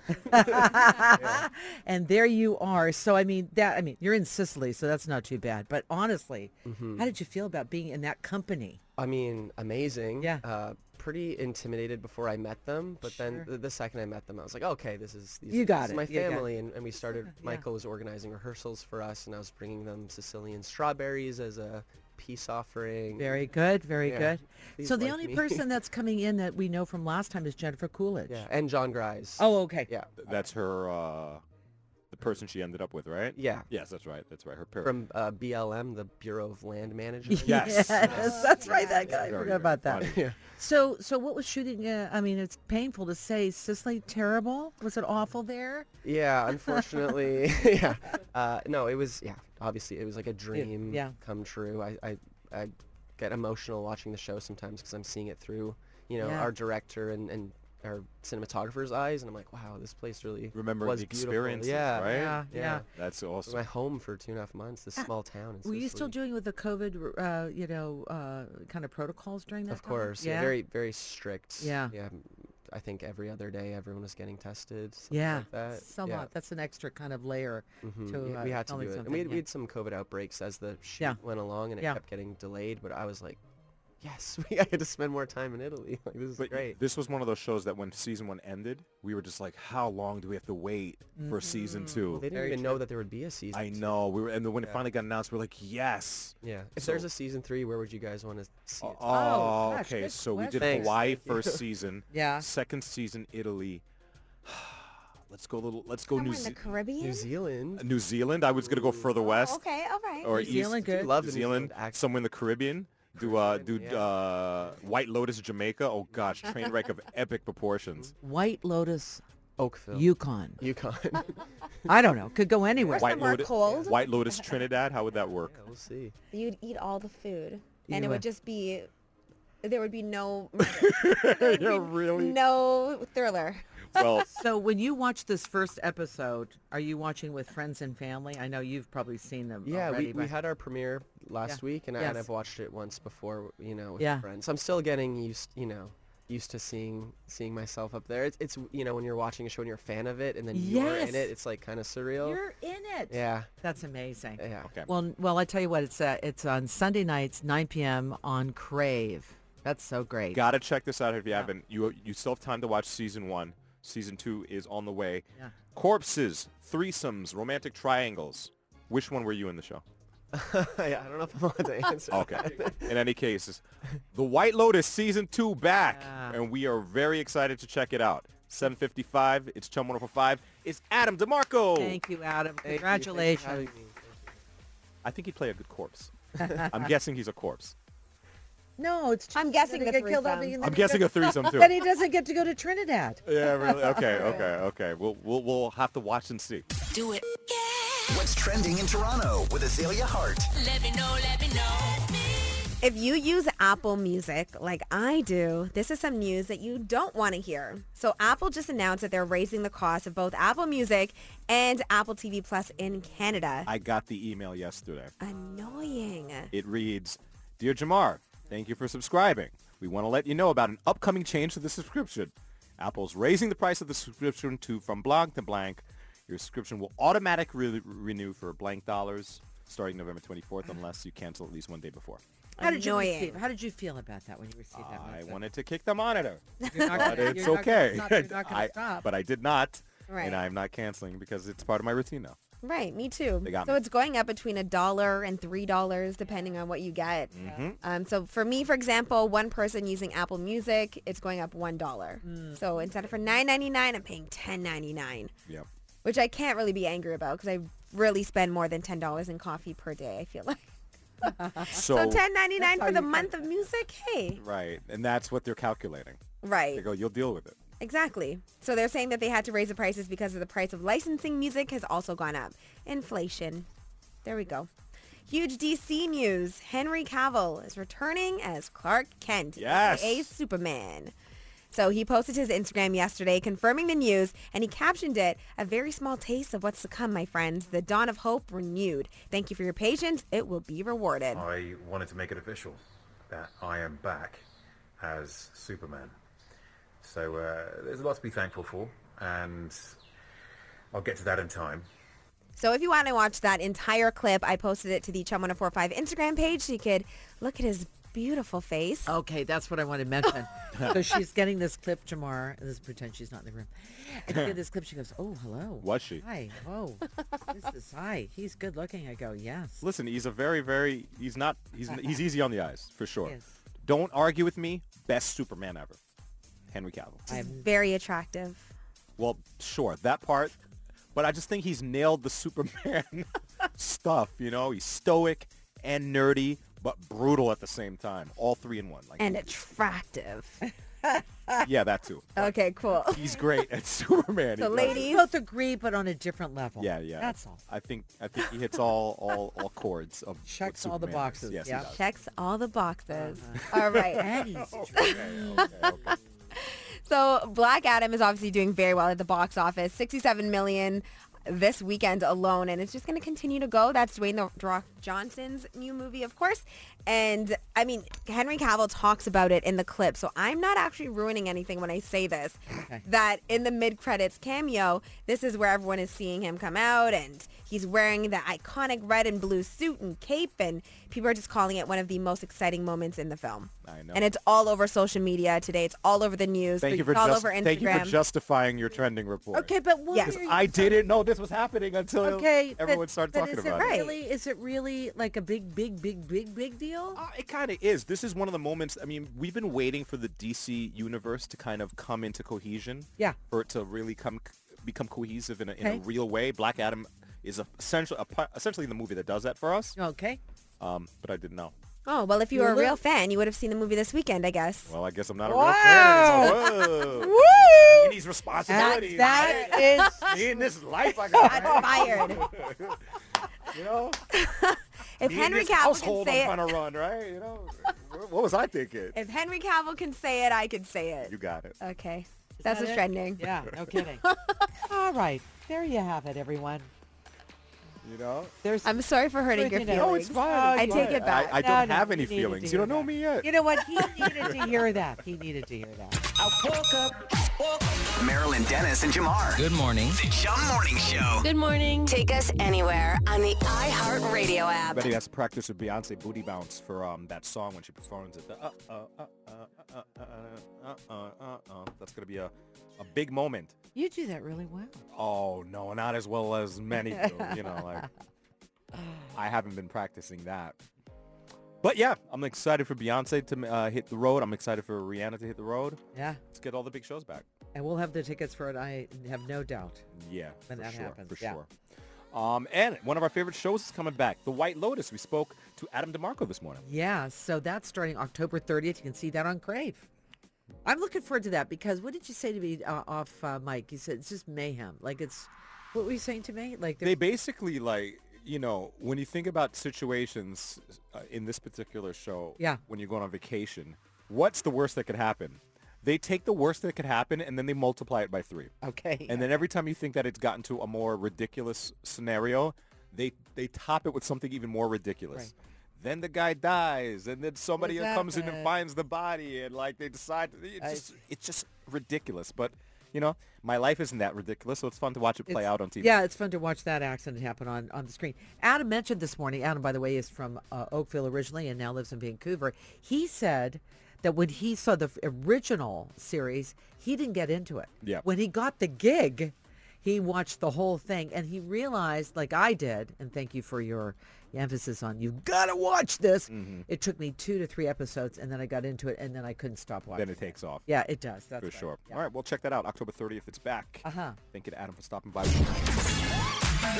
[SPEAKER 3] and there you are. So I mean that. I mean you're in Sicily, so that's not too bad. But honestly,
[SPEAKER 9] Mm-hmm.
[SPEAKER 3] how did you feel about being in that company?
[SPEAKER 9] I mean, amazing.
[SPEAKER 3] Yeah.
[SPEAKER 9] Uh, pretty intimidated before I met them, but then the, the second I met them, I was like, okay, this is these,
[SPEAKER 3] You got
[SPEAKER 9] this
[SPEAKER 3] it,
[SPEAKER 9] is my
[SPEAKER 3] you got
[SPEAKER 9] family, and, and we started. Michael was organizing rehearsals for us, and I was bringing them Sicilian strawberries as a peace offering.
[SPEAKER 3] Very good, very
[SPEAKER 9] Yeah,
[SPEAKER 3] good.
[SPEAKER 9] please
[SPEAKER 3] So the
[SPEAKER 9] like
[SPEAKER 3] only
[SPEAKER 9] me.
[SPEAKER 3] person that's coming in that we know from last time is Jennifer Coolidge.
[SPEAKER 9] Yeah, and John Grise.
[SPEAKER 3] Oh, okay.
[SPEAKER 9] yeah,
[SPEAKER 2] Th- That's her, uh, the person she ended up with, right?
[SPEAKER 9] Yeah.
[SPEAKER 2] Yes, that's right. That's right. Her parent.
[SPEAKER 9] from uh, BLM, the Bureau of Land Management.
[SPEAKER 2] Yes.
[SPEAKER 3] Yes, that's right. That guy. I
[SPEAKER 2] Very,
[SPEAKER 3] forgot
[SPEAKER 2] very
[SPEAKER 3] about that.
[SPEAKER 2] funny.
[SPEAKER 3] So, so what was shooting? Uh, I mean, it's painful to say. Sicily, terrible. Was it awful there?
[SPEAKER 9] Yeah, unfortunately. yeah. Uh, no, it was, yeah, obviously it was like a dream
[SPEAKER 3] yeah.
[SPEAKER 9] come true. I, I, I get emotional watching the show sometimes because I'm seeing it through, you know,
[SPEAKER 3] Yeah.
[SPEAKER 9] our director and, and our cinematographer's eyes. And I'm like, wow, this place really
[SPEAKER 2] Remember
[SPEAKER 9] was
[SPEAKER 2] the
[SPEAKER 9] beautiful.
[SPEAKER 2] experiences,
[SPEAKER 9] Yeah.
[SPEAKER 2] right?
[SPEAKER 3] Yeah,
[SPEAKER 9] Yeah.
[SPEAKER 3] yeah.
[SPEAKER 2] That's
[SPEAKER 9] It was my
[SPEAKER 2] awesome.
[SPEAKER 9] home for two and a half months, this small town. In
[SPEAKER 3] Were you still
[SPEAKER 9] Sicily.
[SPEAKER 3] doing with the COVID, uh, you know, uh, kind of protocols during that?
[SPEAKER 9] Of
[SPEAKER 3] time?
[SPEAKER 9] course. Yeah.
[SPEAKER 3] Yeah.
[SPEAKER 9] Very, very strict.
[SPEAKER 3] Yeah.
[SPEAKER 9] Yeah. m- I think every other day everyone was getting tested. something
[SPEAKER 3] yeah.
[SPEAKER 9] Like that.
[SPEAKER 3] It's a
[SPEAKER 9] yeah.
[SPEAKER 3] lot. That's an extra kind of layer
[SPEAKER 9] Mhm.
[SPEAKER 3] to.
[SPEAKER 9] Yeah,
[SPEAKER 3] Uh,
[SPEAKER 9] we had to do
[SPEAKER 3] telling
[SPEAKER 9] it. And
[SPEAKER 3] something,
[SPEAKER 9] we had,
[SPEAKER 3] yeah.
[SPEAKER 9] we had some COVID outbreaks as the shoot
[SPEAKER 3] Yeah.
[SPEAKER 9] went along, and it
[SPEAKER 3] Yeah.
[SPEAKER 9] kept getting delayed. But I was like, yes, we, I had to spend more time in Italy. Like this is
[SPEAKER 2] But
[SPEAKER 9] great.
[SPEAKER 2] this was one of those shows that when season one ended, we were just like, how long do we have to wait for season two?
[SPEAKER 9] They didn't even know that there would be a season.
[SPEAKER 2] I
[SPEAKER 9] two.
[SPEAKER 2] know. We were, and then when it finally got announced, we are like, yes.
[SPEAKER 9] Yeah. If there's
[SPEAKER 2] So-
[SPEAKER 9] a season three, where would you guys want to see it?
[SPEAKER 2] Oh,
[SPEAKER 3] gosh,
[SPEAKER 2] okay.
[SPEAKER 3] good
[SPEAKER 2] So we did
[SPEAKER 9] question.
[SPEAKER 2] Hawaii first season.
[SPEAKER 3] Yeah.
[SPEAKER 2] Second season, Italy. Let's go a little. Let's go New,
[SPEAKER 7] in the
[SPEAKER 2] Ze-
[SPEAKER 7] Caribbean?
[SPEAKER 9] New Zealand.
[SPEAKER 2] New Zealand. I was gonna go further west
[SPEAKER 7] Okay, all right.
[SPEAKER 2] or
[SPEAKER 3] New
[SPEAKER 2] east.
[SPEAKER 3] Zealand,
[SPEAKER 9] I do
[SPEAKER 3] good.
[SPEAKER 9] love
[SPEAKER 2] New
[SPEAKER 9] the
[SPEAKER 2] Zealand,
[SPEAKER 9] accent.
[SPEAKER 2] somewhere in the Caribbean. Do uh, do
[SPEAKER 9] yeah.
[SPEAKER 2] uh, White Lotus, Jamaica. Oh gosh, train wreck of epic proportions.
[SPEAKER 3] White Lotus,
[SPEAKER 9] Oakville.
[SPEAKER 3] Yukon.
[SPEAKER 9] Yukon. yeah,
[SPEAKER 3] I don't know. Could go anywhere.
[SPEAKER 2] White
[SPEAKER 7] somewhere
[SPEAKER 2] Lotus,
[SPEAKER 7] cold.
[SPEAKER 2] White Lotus, Trinidad. How would that work?
[SPEAKER 9] we'll see.
[SPEAKER 7] You'd eat all the food, and
[SPEAKER 3] You
[SPEAKER 7] it
[SPEAKER 3] would.
[SPEAKER 7] would just be, there would be no,
[SPEAKER 2] yeah, really.
[SPEAKER 7] no thriller.
[SPEAKER 2] Well,
[SPEAKER 3] So when you watch this first episode, are you watching with friends and family? I know you've probably seen them.
[SPEAKER 9] Yeah,
[SPEAKER 3] already,
[SPEAKER 9] we, we
[SPEAKER 3] but-
[SPEAKER 9] had our premiere last week, and, I, and
[SPEAKER 3] Yes.
[SPEAKER 9] I've watched it once before, you know, with
[SPEAKER 3] Yeah.
[SPEAKER 9] friends. I'm still getting used, you know, used to seeing seeing myself up there. It's, it's you know, when you're watching a show and you're a fan of it, and then you're in
[SPEAKER 3] Yes.
[SPEAKER 9] it, it's like kind of surreal.
[SPEAKER 3] You're in it.
[SPEAKER 9] yeah,
[SPEAKER 3] That's amazing.
[SPEAKER 9] yeah.
[SPEAKER 2] Okay.
[SPEAKER 3] Well, n- well, I tell you what, it's uh, it's on Sunday nights, 9 p.m. on Crave. That's so great.
[SPEAKER 2] gotta check this out if you haven't. You you still have time to watch season one. Season two is on the way.
[SPEAKER 3] Yeah.
[SPEAKER 2] Corpses, threesomes, romantic triangles. Which one were you in the show?
[SPEAKER 9] yeah. I don't know if I'm allowed to answer.
[SPEAKER 2] Okay. in any case, The White Lotus season two back,
[SPEAKER 3] Yeah.
[SPEAKER 2] and we are very excited to check it out. 7:55. It's Chum 105. It's Adam DeMarco.
[SPEAKER 3] Thank you, Adam.
[SPEAKER 9] Thank you. Thanks for
[SPEAKER 3] Congratulations.
[SPEAKER 9] having me.
[SPEAKER 2] I think he'd play a good corpse. I'm guessing he's a corpse.
[SPEAKER 3] No, it's. Just
[SPEAKER 7] I'm guessing
[SPEAKER 3] gonna
[SPEAKER 7] the
[SPEAKER 3] get killed off
[SPEAKER 7] threesome.
[SPEAKER 3] and
[SPEAKER 2] I'm
[SPEAKER 3] then he
[SPEAKER 2] guessing a
[SPEAKER 3] doesn't-
[SPEAKER 2] threesome too.
[SPEAKER 3] Then um, he doesn't get to go to Trinidad.
[SPEAKER 2] Yeah, really. Okay, okay, okay. We'll we'll we'll have to watch and see.
[SPEAKER 6] Do it. Yeah.
[SPEAKER 4] What's trending in Toronto with Azalea Hart?
[SPEAKER 6] Let me know, let me know.
[SPEAKER 7] If you use Apple Music like I do, this is some news that you don't want to hear. So Apple just announced that they're raising the cost of both Apple Music and Apple TV Plus in Canada.
[SPEAKER 2] I got the email yesterday.
[SPEAKER 7] Annoying.
[SPEAKER 2] It reads, Dear Jamar, thank you for subscribing. We want to let you know about an upcoming change to the subscription. Apple's raising the price of the subscription to from blank to blank. Your subscription will automatically re- renew for blank dollars starting November 24th
[SPEAKER 3] Mm-hmm.
[SPEAKER 2] unless you cancel at least one day before.
[SPEAKER 3] How did you
[SPEAKER 7] Annoying.
[SPEAKER 3] receive? How did you feel about that when you received that?
[SPEAKER 2] I
[SPEAKER 3] message?
[SPEAKER 2] wanted to kick the monitor,
[SPEAKER 3] You're not
[SPEAKER 2] but
[SPEAKER 3] gonna-
[SPEAKER 2] it's
[SPEAKER 3] you're not gonna
[SPEAKER 2] okay.
[SPEAKER 3] stop, You're not going
[SPEAKER 2] I-
[SPEAKER 3] to stop.
[SPEAKER 2] But I did not,
[SPEAKER 7] Right.
[SPEAKER 2] and I'm not canceling because it's part of my routine now.
[SPEAKER 7] Right, me too.
[SPEAKER 2] They got
[SPEAKER 7] so
[SPEAKER 2] me.
[SPEAKER 7] it's going up between a dollar and three dollars depending on what you get.
[SPEAKER 2] Mm-hmm.
[SPEAKER 7] Um, so for me, for example, one person using Apple Music, it's going up one dollar.
[SPEAKER 3] Mm.
[SPEAKER 7] So instead of for nine ninety nine, I'm paying ten ninety nine,
[SPEAKER 2] Yeah.
[SPEAKER 7] which I can't really be angry about because I really spend more than ten dollars in coffee per day. I feel like so
[SPEAKER 2] So,
[SPEAKER 7] ten ninety nine
[SPEAKER 3] That's how
[SPEAKER 7] for the
[SPEAKER 3] you
[SPEAKER 7] month of music. Hey,
[SPEAKER 2] right, and that's what they're calculating. They
[SPEAKER 7] right,
[SPEAKER 2] go, you'll deal with it.
[SPEAKER 7] exactly. So they're saying that they had to raise the prices because of the price of licensing music has also gone up, inflation. There we go. Huge DC news. Henry Cavill is returning as Clark Kent,
[SPEAKER 2] Yes.
[SPEAKER 7] aka Superman. So he posted his Instagram yesterday confirming the news and he captioned it, a very small taste of what's to come, my friends. The dawn of hope renewed. Thank you for your patience. It will be rewarded.
[SPEAKER 10] I wanted to make it official that I am back as Superman. So uh, there's a lot to be thankful for, and I'll get to that in time.
[SPEAKER 7] So if you want to watch that entire clip, I posted it to the Chum 1045 Instagram page so you could look at his beautiful face.
[SPEAKER 3] Okay, that's what I want to mention. so she's getting this clip, Jamar. Let's pretend she's not in the room. And she get this clip. She goes, "Oh, hello."
[SPEAKER 2] Was she?
[SPEAKER 3] Hi. Whoa. this is hi. He's good looking. I go, yes.
[SPEAKER 2] Listen, he's a very, very. He's not. He's he's easy on the eyes for sure.
[SPEAKER 3] Yes.
[SPEAKER 2] Don't argue with me. Best Superman ever, Henry Cavill.
[SPEAKER 7] Very attractive.
[SPEAKER 2] Well, sure, that part. But I just think he's nailed the Superman stuff. You know, he's stoic and nerdy, but brutal at the same time. All three in one. Like,
[SPEAKER 7] And attractive.
[SPEAKER 2] yeah, that too.
[SPEAKER 7] Okay, cool.
[SPEAKER 2] He's great at
[SPEAKER 7] So
[SPEAKER 2] Superman. He does it.
[SPEAKER 3] We
[SPEAKER 7] ladies,
[SPEAKER 3] both agree, but on a different level.
[SPEAKER 2] Yeah, yeah.
[SPEAKER 3] That's all.
[SPEAKER 2] I think I think he hits all all all chords of what
[SPEAKER 3] Checks all the
[SPEAKER 2] Superman is.
[SPEAKER 3] boxes,
[SPEAKER 2] Yes, he
[SPEAKER 3] yeah.
[SPEAKER 2] does.
[SPEAKER 7] checks all the boxes. All right.
[SPEAKER 3] And he's attractive.
[SPEAKER 7] So Black Adam is obviously doing very well at the box office, 67 million this weekend alone, and it's just going to continue to go. That's Dwayne the Rock Johnson's new movie, of course, and I mean Henry Cavill talks about it in the clip, so I'm not actually ruining anything when I say this. That in the mid credits cameo, this is where everyone is seeing him come out, and he's wearing the iconic red and blue suit and cape, and people are just calling it one of the most exciting moments in the film.
[SPEAKER 2] I know.
[SPEAKER 7] And it's all over social media today. It's all over the news.
[SPEAKER 2] Thank you for
[SPEAKER 7] It's all
[SPEAKER 2] just-
[SPEAKER 7] over Instagram.
[SPEAKER 2] thank you for justifying your trending report.
[SPEAKER 3] okay, but what?
[SPEAKER 7] Yes.
[SPEAKER 3] are you-
[SPEAKER 2] I didn't know this was happening until
[SPEAKER 3] Okay, but-
[SPEAKER 2] everyone started
[SPEAKER 3] but
[SPEAKER 2] talking
[SPEAKER 3] is
[SPEAKER 2] about
[SPEAKER 3] it.
[SPEAKER 2] it.
[SPEAKER 3] Really, is it really like a big, big, big, big, big deal?
[SPEAKER 2] Uh, it kind of is. This is one of the moments. I mean, we've been waiting for the DC universe to kind of come into cohesion.
[SPEAKER 3] Yeah.
[SPEAKER 2] For it to really come become cohesive in a, in a
[SPEAKER 3] Okay.
[SPEAKER 2] real way. Black Adam is a, essentially a, pa- essentially the movie that does that for us.
[SPEAKER 3] Okay.
[SPEAKER 2] Um, but I didn't know.
[SPEAKER 7] Oh, well, if you were a real fan, you would have seen the movie this weekend, I guess.
[SPEAKER 2] Well, I guess I'm not a real fan. So, whoa.
[SPEAKER 3] Woo!
[SPEAKER 2] And these responsibilities.
[SPEAKER 3] That is.
[SPEAKER 2] I- in this life, I got
[SPEAKER 7] Fired.
[SPEAKER 2] you know.
[SPEAKER 7] If
[SPEAKER 2] in
[SPEAKER 7] Henry Cavill
[SPEAKER 2] this
[SPEAKER 7] can
[SPEAKER 2] household,
[SPEAKER 7] say
[SPEAKER 2] I'm
[SPEAKER 7] it,
[SPEAKER 2] trying to run, right? You know. Wh- What was I thinking?
[SPEAKER 7] if Henry Cavill can say it, I can say it.
[SPEAKER 2] You got it.
[SPEAKER 7] Okay. That's
[SPEAKER 3] that
[SPEAKER 7] what's
[SPEAKER 3] it?
[SPEAKER 7] trending.
[SPEAKER 3] Yeah. No kidding. all right. There you have it, everyone.
[SPEAKER 2] You know.
[SPEAKER 3] There's.
[SPEAKER 7] I'm sorry for hurting your
[SPEAKER 3] Freaking hell,
[SPEAKER 7] feelings.
[SPEAKER 2] Oh,
[SPEAKER 3] it's fine,
[SPEAKER 7] I
[SPEAKER 3] it's
[SPEAKER 7] take
[SPEAKER 3] fine.
[SPEAKER 7] it back.
[SPEAKER 2] I, I
[SPEAKER 3] No,
[SPEAKER 2] don't
[SPEAKER 3] no,
[SPEAKER 2] have
[SPEAKER 3] you
[SPEAKER 2] any
[SPEAKER 3] needed to
[SPEAKER 2] feelings. You
[SPEAKER 3] hear
[SPEAKER 2] don't know
[SPEAKER 3] that.
[SPEAKER 2] me yet.
[SPEAKER 3] you know what? He needed to hear that. He needed to hear that.
[SPEAKER 4] Marilyn Dennis and Jamar.
[SPEAKER 8] Good morning.
[SPEAKER 4] The Jum Morning Show.
[SPEAKER 6] Good morning.
[SPEAKER 1] Take us anywhere on the iHeartRadio app.
[SPEAKER 2] Betty has to practice with Beyonce booty bounce for um that song when she performs it. The, uh, uh, uh, uh, uh, uh, uh, uh, uh, uh. That's gonna be a, a big moment.
[SPEAKER 3] You do that really well.
[SPEAKER 2] Oh no, not as well as many do. You know, like I haven't been practicing that. But yeah, I'm excited for Beyonce to uh, hit the road. I'm excited for Rihanna to hit the road.
[SPEAKER 3] Yeah.
[SPEAKER 2] Let's get all the big shows back.
[SPEAKER 3] And we'll have the tickets for it. I have no doubt.
[SPEAKER 2] Yeah,
[SPEAKER 3] When
[SPEAKER 2] for
[SPEAKER 3] that
[SPEAKER 2] sure,
[SPEAKER 3] happens,
[SPEAKER 2] for
[SPEAKER 3] yeah.
[SPEAKER 2] sure. Um, and one of our favorite shows is coming back, The White Lotus. We spoke to Adam DeMarco this morning.
[SPEAKER 3] Yeah, so that's starting October 30th. You can see that on Crave. I'm looking forward to that because what did you say to me uh, off uh, mic? You said it's just mayhem. Like it's, what were you saying to me? Like
[SPEAKER 2] They
[SPEAKER 3] there's
[SPEAKER 2] basically like, you know, when you think about situations uh, in this particular show,
[SPEAKER 3] Yeah.
[SPEAKER 2] when you're going on vacation, what's the worst that could happen? They take the worst that could happen and then they multiply it by three.
[SPEAKER 3] okay.
[SPEAKER 2] And then every time you think that it's gotten to a more ridiculous scenario, they they top it with something even more ridiculous. Then the guy dies, and then somebody
[SPEAKER 3] What
[SPEAKER 2] comes in and
[SPEAKER 3] happened?
[SPEAKER 2] finds the body, and like they decide it's
[SPEAKER 3] I
[SPEAKER 2] just, it's just ridiculous. But you know, my life isn't that ridiculous, so it's fun to watch it play
[SPEAKER 3] It's-
[SPEAKER 2] out on TV.
[SPEAKER 3] Yeah, it's fun to watch that accident happen on, on the screen. Adam mentioned this morning, Adam, by the way, is from uh, Oakville originally and now lives in Vancouver. He said that when he saw the f- original series, he didn't get into it.
[SPEAKER 2] Yeah.
[SPEAKER 3] When he got the gig, he watched the whole thing and he realized, like I did, and thank you for your emphasis on you've got to watch this.
[SPEAKER 2] Mm-hmm.
[SPEAKER 3] It took me two to three episodes and then I got into it and then I couldn't stop watching.
[SPEAKER 2] Then it takes off
[SPEAKER 3] yeah, it does. That's
[SPEAKER 2] for
[SPEAKER 3] right.
[SPEAKER 2] sure.
[SPEAKER 3] Yeah.
[SPEAKER 2] All right, well check that out. October 30th, it's back.
[SPEAKER 3] Uh-huh.
[SPEAKER 2] Thank you to Adam for stopping by.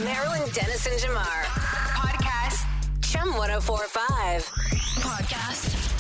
[SPEAKER 1] Marilyn oh Dennis and Jamar. Podcast Chum 1045.
[SPEAKER 6] Podcast.